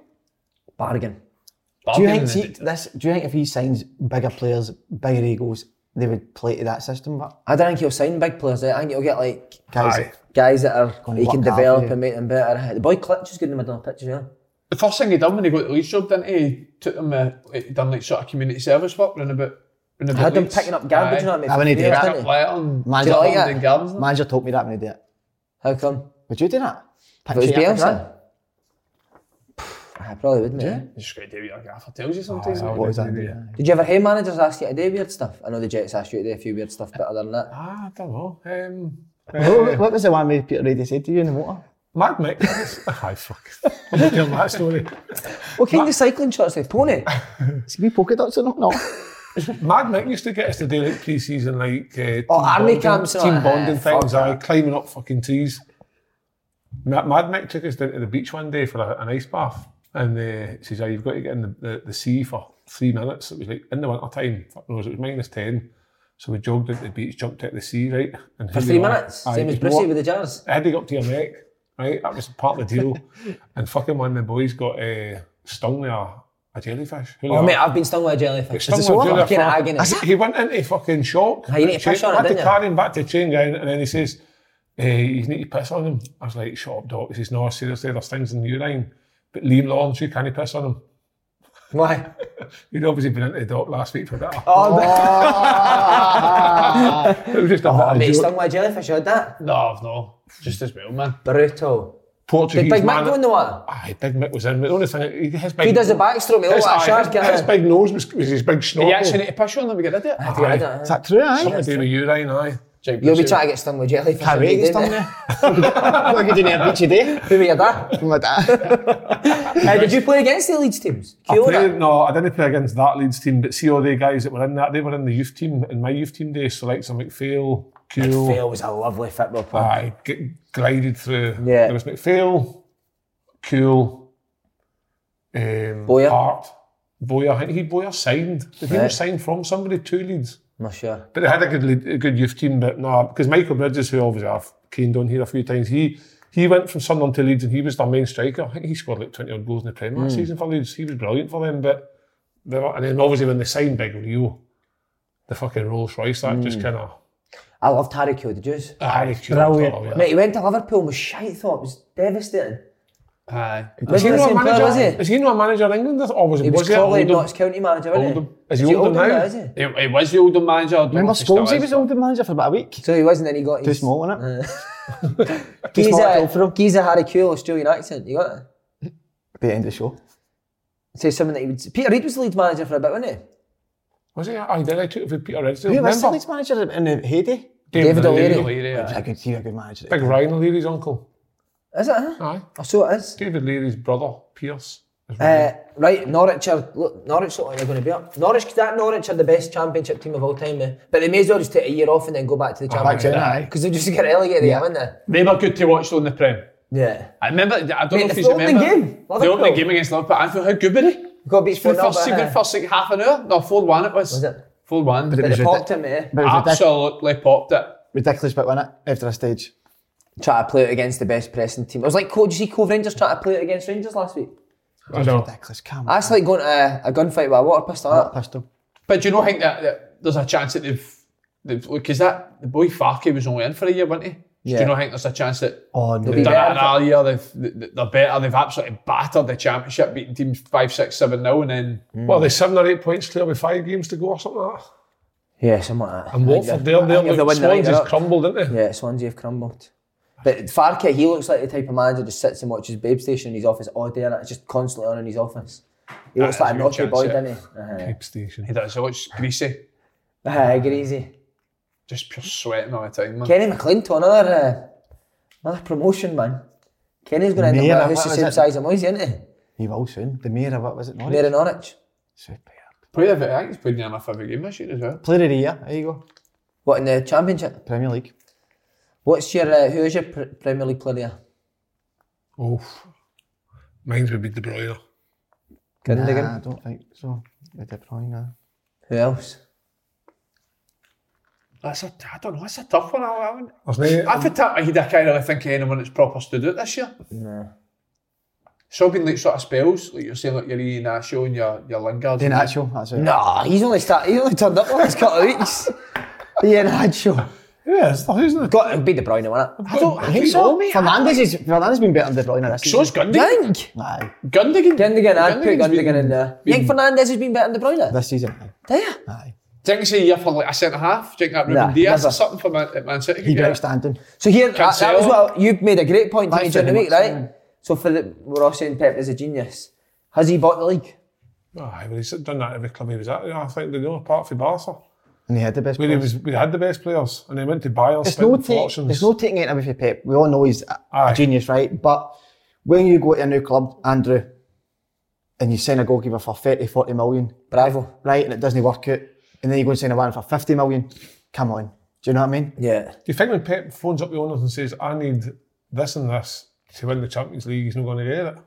Speaker 1: Bargain.
Speaker 3: Do you
Speaker 4: Bargain
Speaker 3: think
Speaker 4: in the
Speaker 3: see, this? Do you think if he signs bigger players, bigger egos, they would play to that system? But
Speaker 1: I don't think he'll sign big players. eh? I think he'll get like
Speaker 3: guys,
Speaker 1: guys that are
Speaker 3: Gonna
Speaker 1: he can
Speaker 3: work hard,
Speaker 1: develop
Speaker 3: yeah.
Speaker 1: and make them better. The boy Clutch is good in the middle of the pitch as well.
Speaker 4: The first thing he done when he got the Leeds job, didn't he? He took them, uh, he done like sort of community service work, round about. round
Speaker 1: I
Speaker 4: about
Speaker 1: had them
Speaker 4: Leeds.
Speaker 1: picking up garbage,
Speaker 4: Aye.
Speaker 1: you know what I mean?
Speaker 3: I
Speaker 1: For
Speaker 3: wouldn't do
Speaker 1: years,
Speaker 3: that.
Speaker 1: didn't
Speaker 4: Picking up
Speaker 1: he?
Speaker 4: Lions,
Speaker 3: Manager,
Speaker 1: Do you like
Speaker 4: Dortmund
Speaker 1: it?
Speaker 4: and Gardens.
Speaker 3: manager told me that when he did it.
Speaker 1: How come?
Speaker 3: Would you do that?
Speaker 1: If it was
Speaker 3: Picture you up
Speaker 1: Bielsa.
Speaker 3: like
Speaker 1: I probably would, mate.
Speaker 4: You just gotta do what your gaffer tells you sometimes.
Speaker 2: I
Speaker 4: mate.
Speaker 2: would
Speaker 3: is that?
Speaker 2: do, yeah.
Speaker 1: Did you ever hear managers ask you to do weird stuff? I know the Jets asked you to do a few weird stuff, but other than that,
Speaker 2: Ah, I don't know. Um,
Speaker 3: What, what was the one where Peter Reedy said to you in the motor?
Speaker 2: Mad Mick. Hi, fuck. I'm not telling that story.
Speaker 1: what kind of cycling shorts they pony?
Speaker 3: It's wee polka dots or not? No.
Speaker 2: Mad Mick used to get us to do like pre-season, like uh, team
Speaker 1: Oh, army
Speaker 2: bonding-
Speaker 1: camps and all
Speaker 2: team
Speaker 1: that.
Speaker 2: bonding
Speaker 1: Eh,
Speaker 2: things.
Speaker 1: fuck
Speaker 2: I climbing up fucking trees. Ma- Mad Mick took us down to the beach one day for a, an ice bath, and uh, says, "Ah, "You've got to get in the, the, the sea for three minutes." It was like in the winter time. Fuck knows, it was minus ten. So we jogged into the beach, jumped out the sea, right? And
Speaker 1: For three minutes, same as Brucey with the jars.
Speaker 2: heading up to your neck, right? That was part of the deal. and fucking one of the boys got uh, stung with a, a jellyfish. Who
Speaker 1: Oh,
Speaker 2: the-
Speaker 1: mate, I've been stung by a jellyfish.
Speaker 2: Stung with a
Speaker 1: I'm fucking
Speaker 2: jellyfish.
Speaker 1: agony.
Speaker 2: He went into fucking shock.
Speaker 1: Ah, you need to piss on it,
Speaker 2: I had
Speaker 1: didn't
Speaker 2: to
Speaker 1: you?
Speaker 2: carry him back to the train guy, and then he says, eh, "You need to piss on him." I was like, "Shut up, doc." He says, "No, seriously, there's things in the urine." But Liam Lawrence, you can't piss on him.
Speaker 1: Why?
Speaker 2: He'd obviously been into the dock last week for that.
Speaker 1: Oh,
Speaker 2: it was just a bit of a
Speaker 1: mate,
Speaker 2: joke.
Speaker 1: stung by a jellyfish. You had that?
Speaker 4: No, I've no. Just as well, man.
Speaker 1: Brutal. Did
Speaker 2: Portuguese
Speaker 1: Big Mac
Speaker 2: man.
Speaker 1: go in the water?
Speaker 2: Aye, Big Mick was in. but The only thing, he- his big
Speaker 1: He does the backstroke, he
Speaker 2: His-
Speaker 1: looks like a
Speaker 2: aye,
Speaker 1: shark,
Speaker 2: his-
Speaker 1: yeah.
Speaker 2: His big nose was, was his big snorkel.
Speaker 4: You actually need to push on them to get rid of it.
Speaker 1: I had to get rid of it.
Speaker 3: Is that true, aye?
Speaker 2: Something to do with urine, aye.
Speaker 4: Jake
Speaker 1: You'll be
Speaker 4: Bruce,
Speaker 1: trying to get stung by jellyfish.
Speaker 3: Can't wait to get stung
Speaker 1: mate.
Speaker 3: there. What are you doing at a beach today?
Speaker 1: Who were you there?
Speaker 3: Something like that.
Speaker 1: Uh, did you play against the Leeds teams?
Speaker 2: I played,
Speaker 1: Kiora?
Speaker 2: no, I didn't play against that Leeds team, but COD guys that were in that, they were in the youth team, in my youth team days, so like some McPhail, Kuhl,
Speaker 1: Phil was a lovely football player.
Speaker 2: aye, g- glided through.
Speaker 1: Yeah.
Speaker 2: There was McPhail, Kuhl, um,
Speaker 1: Boyer.
Speaker 2: Hart, Boyer. I think he Boyer signed. Did he
Speaker 1: Right.
Speaker 2: was signed from somebody to Leeds?
Speaker 1: I'm not sure.
Speaker 2: But they had a good lead, a good youth team, but no, because Michael Bridges, who obviously I've caned on here a few times, he he went from Sunderland to Leeds and he was their main striker. I think he scored like 20 odd goals in the Premier last season for Leeds. He was brilliant for them, but they were, and then obviously when they signed Big Rio, the fucking Rolls Royce, that just ah, kind of.
Speaker 1: I loved Harry Kill, did you?
Speaker 2: Uh, Brilliant.
Speaker 1: Mate, he went to Liverpool and was shite thought. It was devastating.
Speaker 4: Aye.
Speaker 2: Is
Speaker 1: Wasn't
Speaker 2: he,
Speaker 1: the
Speaker 2: not a
Speaker 1: same player,
Speaker 2: manager,
Speaker 1: was he?
Speaker 2: Is he not a manager in England? Or was,
Speaker 1: He was
Speaker 2: he at
Speaker 1: probably
Speaker 2: Oldham?
Speaker 1: Notts County manager, wasn't
Speaker 2: Oldham.
Speaker 1: he?
Speaker 2: Is he
Speaker 1: older
Speaker 2: Oldham now?
Speaker 1: is he?
Speaker 4: He, he was the older manager. I don't know
Speaker 3: Remember
Speaker 4: if he still
Speaker 3: Scholes, he
Speaker 4: is.
Speaker 3: was older manager for about a week.
Speaker 1: So he was, and then he got
Speaker 3: Too
Speaker 1: his...
Speaker 3: small, wasn't it? Too
Speaker 1: He's
Speaker 3: small at all for
Speaker 1: a,
Speaker 3: him.
Speaker 1: he's a Harry Kuehl Australian accent, you got it?
Speaker 3: Be the end of the show.
Speaker 1: Say something that he would... Peter Reid was the lead manager for a bit, wasn't he?
Speaker 2: Was he? I did. I took it with Peter Redsdale.
Speaker 3: Who was
Speaker 2: Remember?
Speaker 3: the league manager in the heyday?
Speaker 1: David O'Leary.
Speaker 4: O'Leary, aye.
Speaker 3: I could see a good manager.
Speaker 2: Big Ryan O'Leary's uncle.
Speaker 1: Is it, huh?
Speaker 2: Aye.
Speaker 1: I saw it is.
Speaker 2: David Leary's brother, Pierce. is
Speaker 1: Uh, right, Norwich are... Look, Norwich look like they're going to be up. Norwich, that Norwich are the best championship team of all time, eh? But they may as well just take a year off and then go Oh, back to the
Speaker 3: Back
Speaker 1: championship.
Speaker 3: down, aye.
Speaker 1: Because they just get relegated again, wouldn't they?
Speaker 4: They were good to watch on the Prem.
Speaker 1: Yeah.
Speaker 4: I remember, I don't
Speaker 1: Mate,
Speaker 4: know if
Speaker 1: the
Speaker 4: you
Speaker 1: opening
Speaker 4: remember.
Speaker 1: game,
Speaker 4: The
Speaker 1: Liverpool.
Speaker 4: opening game against Liverpool. Anfield, how good were they?
Speaker 1: Got beat
Speaker 4: For the
Speaker 1: 4-0,
Speaker 4: first,
Speaker 1: but,
Speaker 4: even
Speaker 1: eh,
Speaker 4: first like half an hour. No, 4 1 it was.
Speaker 1: Was it?
Speaker 4: 4 1.
Speaker 1: But
Speaker 3: was
Speaker 1: they
Speaker 3: ridic-
Speaker 1: popped him, eh?
Speaker 3: But it was ridic-
Speaker 4: Absolutely popped it.
Speaker 3: ridiculous bit, wasn't it? After a stage.
Speaker 1: Try to play it against the best pressing team. It was like, Co- did you see Cove Rangers try to play it against Rangers last week?
Speaker 2: I know.
Speaker 3: Ridiculous, come on.
Speaker 1: That's like going to a, a gunfight with a water pistol.
Speaker 3: Not
Speaker 1: innit?
Speaker 3: pistol.
Speaker 4: But do you not think that, that there's a chance that they've. Because that the boy Farkey was only in for a year, wasn't he? Do
Speaker 1: Yeah.
Speaker 4: you not think there's a chance that
Speaker 3: Oh, no.
Speaker 1: be
Speaker 4: they've done
Speaker 1: better
Speaker 4: that in our year, they've, they- they're better, they've absolutely battered the championship, beating teams 5, 6, 7 0, and then
Speaker 2: Hmm.
Speaker 1: Hmm.
Speaker 2: Well, they're seven or eight points clear with five games to go or something like that.
Speaker 1: Yeah, something like that.
Speaker 2: And Watford, they're,
Speaker 1: I think
Speaker 2: they're
Speaker 1: if they win
Speaker 2: like,
Speaker 1: the league,
Speaker 2: Swansea's
Speaker 1: they're up.
Speaker 2: crumbled, didn't they?
Speaker 1: Yeah, Swansea have crumbled. But Farke, he looks like the type of manager that sits and watches Babe Station in his office all day and it's just constantly on in his office. He looks
Speaker 4: Ah,
Speaker 1: like a
Speaker 4: that's
Speaker 1: naughty
Speaker 4: a good
Speaker 1: boy,
Speaker 4: chance, yeah.
Speaker 1: doesn't he? Uh-huh.
Speaker 2: Cape Station.
Speaker 4: he does. I watch Greasy.
Speaker 1: Aye, Ah, greasy.
Speaker 4: Just pure sweating all the time, man.
Speaker 1: Kenny McClinton, another, uh, another promotion, man. Kenny's going to end
Speaker 3: Mayor,
Speaker 1: up
Speaker 3: what
Speaker 1: with a house the
Speaker 3: was
Speaker 1: same
Speaker 3: it?
Speaker 1: size as Moisey, isn't he?
Speaker 3: He will soon. The mayor of what was it? Norwich?
Speaker 1: Mayor in Norwich.
Speaker 3: Superb.
Speaker 4: Play of it, I think he's played near my favourite game this year as well.
Speaker 3: Player of the year. There you go.
Speaker 1: What, in the Championship?
Speaker 3: Premier League.
Speaker 1: What's your, uh, who is your pr- Premier League player?
Speaker 2: Oh, mine's would be De Bruyne.
Speaker 1: Gundogan.
Speaker 3: Nah, I don't think so. De Bruyne.
Speaker 1: Who else?
Speaker 4: That's a, I don't know, that's a tough one. I, I, wouldn't-
Speaker 2: There's no-
Speaker 4: I've had that head, I can't really think of anyone that's proper stood out this year. No. It's all been like sort of spells, like you're saying, like your Ian Asho and your, your Lingard.
Speaker 3: Then actual. That's it.
Speaker 1: Nah, he's only start, he's only turned up the last couple of weeks. Yeah, nah, sure.
Speaker 2: Yeah, it's not, isn't it?
Speaker 1: Got to be De Bruyne, wasn't it?
Speaker 4: I don't I think
Speaker 3: So,
Speaker 4: so, mate.
Speaker 3: Fernandes is Fernandes been better than De Bruyne this
Speaker 4: So
Speaker 3: season.
Speaker 4: is Gundogan.
Speaker 1: Yank!
Speaker 3: Aye,
Speaker 4: Gundogan.
Speaker 1: Gundogan, I'd put
Speaker 4: Gundogan's
Speaker 1: Gundogan in
Speaker 4: been-
Speaker 1: there. Yank Fernandez has been better than De Bruyne.
Speaker 3: this season. Aye.
Speaker 1: Do you?
Speaker 3: aye.
Speaker 4: Do you think it's a year for like a centre half? Do you think that Ruben
Speaker 1: Nah,
Speaker 4: Diaz
Speaker 1: never.
Speaker 4: or something for Man, at Man City?
Speaker 3: He
Speaker 4: could
Speaker 3: yeah.
Speaker 4: get?
Speaker 3: outstanding.
Speaker 1: So here, that, that
Speaker 4: Cancelo.
Speaker 1: was what you made a great point to me
Speaker 3: Thanks
Speaker 1: during the
Speaker 3: very
Speaker 1: week,
Speaker 3: much,
Speaker 1: right? So for the, we're all saying Pep is a genius. Has he bought the league?
Speaker 2: Aye, well, he's done that every club he was at. You know, I think they know, apart from Barca.
Speaker 3: And he had the best
Speaker 2: Where he
Speaker 3: players.
Speaker 2: was, we had the best players, and they went to Bayern,
Speaker 3: it's
Speaker 2: spent
Speaker 3: no take,
Speaker 2: fortunes.
Speaker 3: it's no taking it away from Pep. We all know he's a
Speaker 2: Aye.
Speaker 3: a genius, right? But when you go to a new club, Andrew, and you sign a goalkeeper for 30, 40 million,
Speaker 1: Bravo.
Speaker 3: right, and it doesn't work out, and then you go and sign a one for 50 million, come on. Do you know what I mean?
Speaker 1: Yeah.
Speaker 2: Do you think when Pep phones up the owners and says, "I need this and this to win the Champions League," he's not going to get it?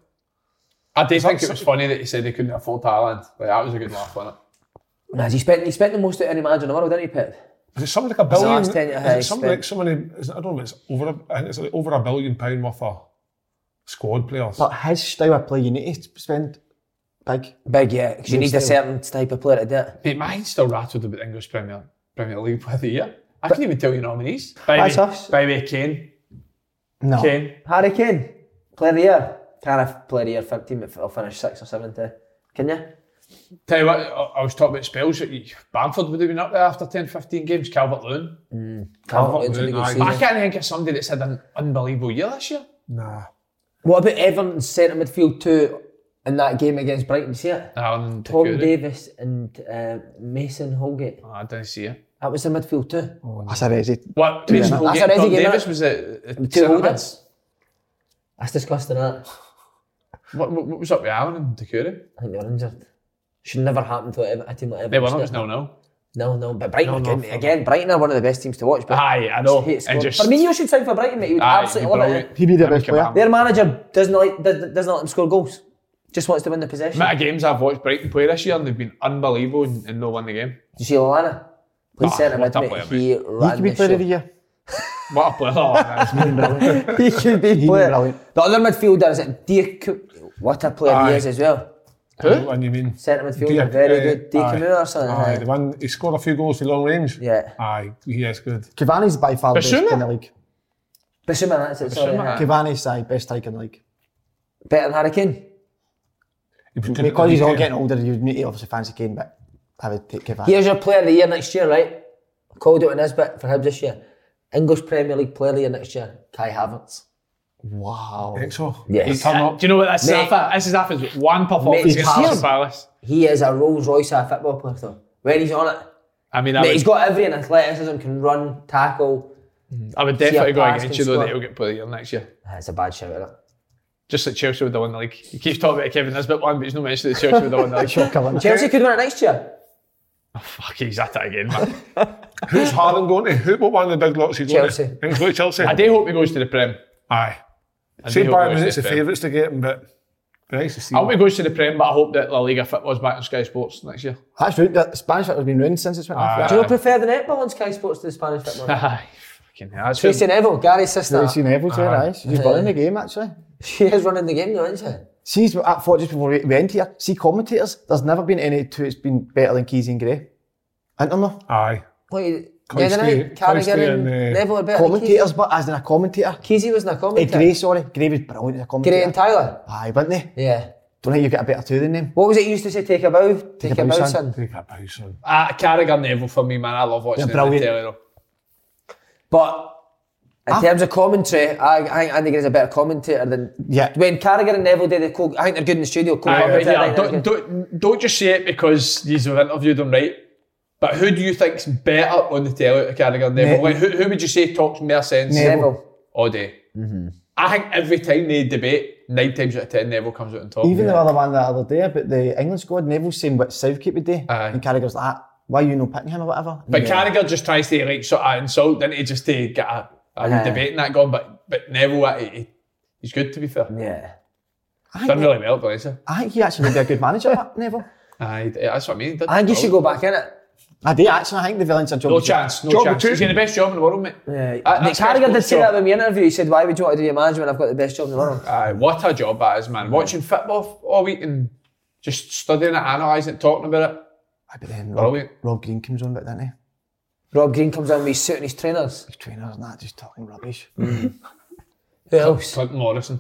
Speaker 4: I did think
Speaker 2: that
Speaker 4: it was
Speaker 2: so-
Speaker 4: funny that he said they couldn't afford Thailand. Like, that was a good laugh, wasn't it?
Speaker 1: Has he spent he spent the most out of any manager in the world, didn't he, Pep?
Speaker 2: Is it something like a billion?
Speaker 1: last 10 year
Speaker 2: Is
Speaker 1: high
Speaker 2: it something like
Speaker 1: spend?
Speaker 2: so many? Is it, I don't know. It's over. A, I think it's like over a billion pound worth of squad players.
Speaker 3: But his style of play, you need to spend big.
Speaker 1: Big, yeah, because you need a certain type of player to do it.
Speaker 4: Mate, my head's still rattled about the English Premier Premier League Player of the Year. I can even tell you nominees. By
Speaker 3: That's
Speaker 4: the
Speaker 3: us.
Speaker 4: by the way, Kane.
Speaker 3: No.
Speaker 4: Kane.
Speaker 1: Harry Kane, player of the year. Can't have player of the year 15 if I'll finish sixth or seventh. eh? Can you?
Speaker 4: Tell you what, I, I was talking about spells. Bamford would have been up there after 10, 15 games. Calvert Lewin.
Speaker 1: Calvert-Lewin's Mm, had a
Speaker 2: Calvert-Lewin,
Speaker 1: good
Speaker 2: aye.
Speaker 1: season.
Speaker 4: I can't think of somebody that's had an unbelievable year this year.
Speaker 2: nah.
Speaker 1: What about Everton centre midfield two in that game against Brighton? See it?
Speaker 4: Alan
Speaker 1: Tom
Speaker 4: Takuri.
Speaker 1: Davis and uh, Mason Holgate.
Speaker 4: Oh, I didn't see it.
Speaker 1: That was the midfield too.
Speaker 3: That's a easy.
Speaker 4: What? Mason
Speaker 1: That's
Speaker 4: Holgate
Speaker 1: an
Speaker 4: and
Speaker 1: easy
Speaker 4: Tom
Speaker 1: game,
Speaker 4: Davis
Speaker 1: that.
Speaker 4: was it? uh,
Speaker 1: Two
Speaker 4: centre
Speaker 1: holders. That's disgusting. That
Speaker 4: mid? What, what, what was up with Alan and Takuri?
Speaker 1: I think they were injured. Should never happen to a a team like Everton.
Speaker 4: They were not, it
Speaker 1: shouldn't
Speaker 4: was
Speaker 1: it?
Speaker 4: no, no.
Speaker 1: No, no, but Brighton
Speaker 2: No,
Speaker 1: are
Speaker 2: no,
Speaker 1: good,
Speaker 2: fair
Speaker 1: mate. again. Brighton are one of the best teams to watch. But
Speaker 4: Aye, I know.
Speaker 1: I hate
Speaker 4: And
Speaker 1: squad.
Speaker 4: just-
Speaker 1: For me, you should sign for Brighton, mate. You would
Speaker 4: Aye,
Speaker 1: absolutely love
Speaker 4: brilliant.
Speaker 1: it.
Speaker 3: He'd be the
Speaker 4: Him and
Speaker 3: best player.
Speaker 4: Kebab.
Speaker 1: Their manager doesn't like does- doesn't let them score goals. Just wants to win the possession.
Speaker 4: amount of games I've watched Brighton play this year and they've been unbelievable and, and no won the game.
Speaker 1: Did you see Lallana? Played
Speaker 4: Ah,
Speaker 1: centre mid,
Speaker 4: what a
Speaker 1: mate.
Speaker 4: player,
Speaker 1: He
Speaker 3: He
Speaker 1: ran
Speaker 3: could be
Speaker 1: the
Speaker 3: player
Speaker 1: show.
Speaker 3: of the year.
Speaker 4: What a player. Oh, that's
Speaker 1: he should be
Speaker 3: He'd be
Speaker 1: player.
Speaker 3: brilliant.
Speaker 1: The other midfielder is it Diac. What a player he
Speaker 2: Aye.
Speaker 1: is as well.
Speaker 2: Who? And you mean
Speaker 1: Centre midfielder,
Speaker 2: Diak-
Speaker 1: very
Speaker 2: eh,
Speaker 1: good. Diak
Speaker 2: aye.
Speaker 1: Kamura or something,
Speaker 2: Aye,
Speaker 1: aye.
Speaker 2: the one he scored a few goals to long range.
Speaker 1: Yeah.
Speaker 2: Aye, he is good.
Speaker 3: Cavani's by far the best
Speaker 4: Basuma?
Speaker 3: in the league.
Speaker 1: Basuma, that's it. Sorry, aye.
Speaker 3: Cavani's side, best striker in the league.
Speaker 1: better than Harry Kane.
Speaker 2: He was good at the
Speaker 3: Because he's all
Speaker 2: weekend.
Speaker 3: getting older, you'd need to obviously fancy Kane, but I would take Cavani.
Speaker 1: Here's your player of the year next year, right? Called out in this bit for Hibs this year. English Premier League player of the year next year, Kai Havertz.
Speaker 3: Wow.
Speaker 2: Think so.
Speaker 1: Yes.
Speaker 2: He's turned up.
Speaker 4: Do you know what this is
Speaker 1: Uh, Mate.
Speaker 4: after? This is after his one performance
Speaker 1: Mate,
Speaker 4: against
Speaker 1: he's
Speaker 4: Crystal Palace.
Speaker 1: He is a Rolls Royce of a football player, though. When he's on it,
Speaker 4: I mean, I
Speaker 1: mate, he's
Speaker 4: would,
Speaker 1: got every in athleticism, can run, tackle.
Speaker 4: I would definitely
Speaker 1: Yeah,
Speaker 4: go
Speaker 1: Palace
Speaker 4: against
Speaker 1: can
Speaker 4: you though
Speaker 1: score.
Speaker 4: that he'll get player of the year next year.
Speaker 1: That's Ah, a bad shout, innit?
Speaker 4: Just like Chelsea would have won the league. He keeps talking about Kevin Nisbet one, but he's not mentioning that Chelsea would have won the league.
Speaker 3: Come on.
Speaker 1: Chelsea could win it next year.
Speaker 4: Fuck, he's at it again, man.
Speaker 2: Who's Harden going to? Who? What one of the big lots he's going
Speaker 1: Chelsea.
Speaker 2: to? He's going to Chelsea.
Speaker 4: I do hope he goes to the Prem.
Speaker 2: Aye.
Speaker 4: I
Speaker 2: Say
Speaker 4: do hope he
Speaker 2: Bayern
Speaker 4: goes
Speaker 2: Munich's
Speaker 4: to
Speaker 2: the
Speaker 4: the Prem.
Speaker 2: favourites to get him, but be nice to see.
Speaker 4: I hope he
Speaker 2: him.
Speaker 4: goes to the Prem, but I hope that La Liga Fit was back on Sky Sports next year.
Speaker 3: That's ruined. That Spanish football has been ruined since it's went off.
Speaker 1: Do you prefer the netball on Sky Sports to the Spanish football?
Speaker 4: Aye, fucking hell. That's
Speaker 1: Tracy Neville, Gary's sister.
Speaker 3: You've seen Neville today, right? She's running the game, actually.
Speaker 1: She is running the game, though, isn't she?
Speaker 3: See, I thought just before we went here, see commentators, there's never been any two that's been better than Keys and Gray. Ain't there no?
Speaker 2: Aye.
Speaker 1: What, you, the
Speaker 2: Coiste-
Speaker 1: other night,
Speaker 2: Coiste
Speaker 1: Carragher and
Speaker 2: and, uh,
Speaker 1: Neville are better than Kesey.
Speaker 3: Commentators, but as in a commentator.
Speaker 1: Kesey wasn't a
Speaker 3: Eh,
Speaker 1: commentator.
Speaker 3: Gray, sorry. Gray was brilliant as
Speaker 1: Gray
Speaker 3: a commentator.
Speaker 1: and Tyler.
Speaker 3: Aye, weren't they?
Speaker 1: Yeah.
Speaker 3: Don't think you've got a better two than them.
Speaker 1: What was it you used to say? Take a bow. Take, a bow, son.
Speaker 2: Take that bow, son.
Speaker 4: Ah, Carragher Neville for me, man. I love watching
Speaker 3: They're
Speaker 4: them on
Speaker 3: brilliant.
Speaker 4: telly, though.
Speaker 1: But in terms of commentary, I, I think Andy Gray's a better commentator than
Speaker 3: Yeah.
Speaker 1: when Carragher and Neville did the co. I think they're good in the studio. Co-
Speaker 4: Aye, but
Speaker 1: commentator, I
Speaker 4: yeah,
Speaker 1: think they're
Speaker 4: don't,
Speaker 1: good.
Speaker 4: don't, don't just say it because you've interviewed them, right? But who do you think's better on the telly out of Carragher and Neville?
Speaker 3: Ne-
Speaker 4: Like, who, who would you say talks more sense?
Speaker 1: Neville.
Speaker 4: All day.
Speaker 1: Mm-hmm.
Speaker 4: I think every time they debate, nine times out of ten, Neville comes out on top.
Speaker 3: Even the other one the other day about the England squad, Neville's saying what Southgate would do.
Speaker 4: Aye.
Speaker 3: And Carragher's like, "Ah, why you no picking him or whatever?
Speaker 4: but Carragher just tries to like sort of insult, didn't he? Just to get a, a wee
Speaker 1: Aye.
Speaker 4: debate and that gone. But but Neville, uh, he, he- he's good to be fair.
Speaker 1: Yeah.
Speaker 3: I
Speaker 4: Done
Speaker 3: think,
Speaker 4: really well, but he's a-
Speaker 3: I think he actually would be a good manager, but Neville.
Speaker 4: aye, that's what I mean.
Speaker 1: I think you should go back in it.
Speaker 3: I do actually. I think the Valencia job.
Speaker 4: No
Speaker 3: is-
Speaker 4: chance, no
Speaker 2: Job
Speaker 4: chance.
Speaker 2: two.
Speaker 4: He's getting the best job in the world, mate.
Speaker 1: Yeah.
Speaker 4: That-
Speaker 1: Nick
Speaker 4: that's Sky
Speaker 1: Carragher did
Speaker 4: Sports'
Speaker 1: say
Speaker 4: job.
Speaker 1: that in the interview. He said, "Why would you want to do your management? I've got the best job in the world."
Speaker 4: Aye, what a job that is, man. Watching football all week and just studying it, analysing it, talking about it.
Speaker 3: Aye, But then Rob,
Speaker 4: Brilliant.
Speaker 3: Rob Green comes on eh, about that now.
Speaker 1: Rob Green comes in with his suit and his trainers.
Speaker 3: His trainers and that just talking rubbish.
Speaker 1: Who else?
Speaker 4: Clinton Morrison.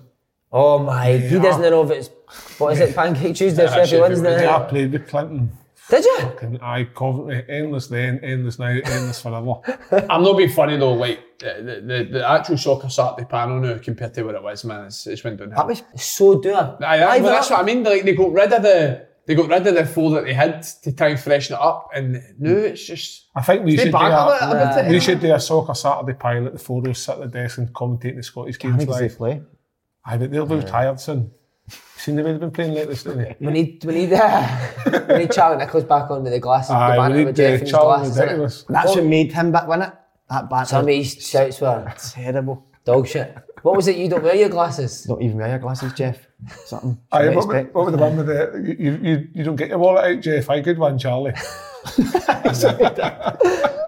Speaker 1: Oh my! He doesn't know if it's what is it? Pancake Tuesday,
Speaker 4: Yeah,
Speaker 1: Sheffield
Speaker 4: Sheffield
Speaker 1: Wednesday.
Speaker 2: Yeah, I played with Clinton.
Speaker 1: Did you?
Speaker 8: Fucking aye, Coventry, eh, endless then, endless now, endless forever.
Speaker 4: I'm not being funny though, like the, the, the actual soccer Saturday panel now compared to what it was, man, it's, it's went downhill.
Speaker 3: That was
Speaker 1: So do I.
Speaker 4: Aye, that- but that's what I mean. Like they got rid of the they got rid of the four that they had to try and freshen it up, and now it's just
Speaker 8: I think we
Speaker 4: They
Speaker 8: should do
Speaker 4: bang
Speaker 8: a,
Speaker 4: on it a bit,
Speaker 8: we
Speaker 4: eh?
Speaker 8: should do a soccer Saturday pilot. The four of us sit at the desk and commentate the Scottish games
Speaker 3: Niggas they
Speaker 8: live.
Speaker 3: play.
Speaker 8: Aye, but they'll be retired soon. Seen the way they've been playing lately, don't they?
Speaker 1: We need, we need, we need Charlie Nicholas back on with the glasses. the
Speaker 8: Aye,
Speaker 1: banner
Speaker 8: we
Speaker 1: with
Speaker 8: need
Speaker 1: Jeff
Speaker 8: uh,
Speaker 1: and his
Speaker 8: Charlie
Speaker 1: glasses. innit?
Speaker 8: Ridiculous.
Speaker 3: That's what made him back, wasn't it? That back.
Speaker 1: Some of these shouts were
Speaker 3: terrible.
Speaker 1: dog shit. What was it? You don't wear your glasses.
Speaker 3: Don't even wear your glasses, Jeff. Something.
Speaker 8: Aye,
Speaker 3: you
Speaker 8: what,
Speaker 3: expect.
Speaker 8: would- what were the one with the you, you, you don't get your wallet out, Jeff? I good one, Charlie.
Speaker 1: Wait,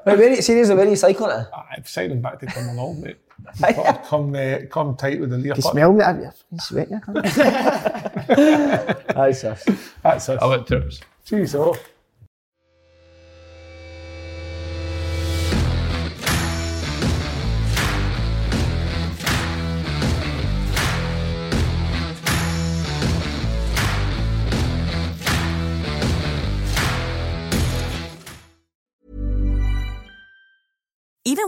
Speaker 1: where are you, seriously, where are you cycling it?
Speaker 8: I've signed him back to come along, mate. But I'd come uh, come tight with the leer.
Speaker 3: You
Speaker 8: putt.
Speaker 3: smell me? I'm fucking sweating. I can't.
Speaker 1: Aye, sir.
Speaker 8: That's us.
Speaker 4: went through it.
Speaker 8: Jeez, oh.
Speaker 6: Even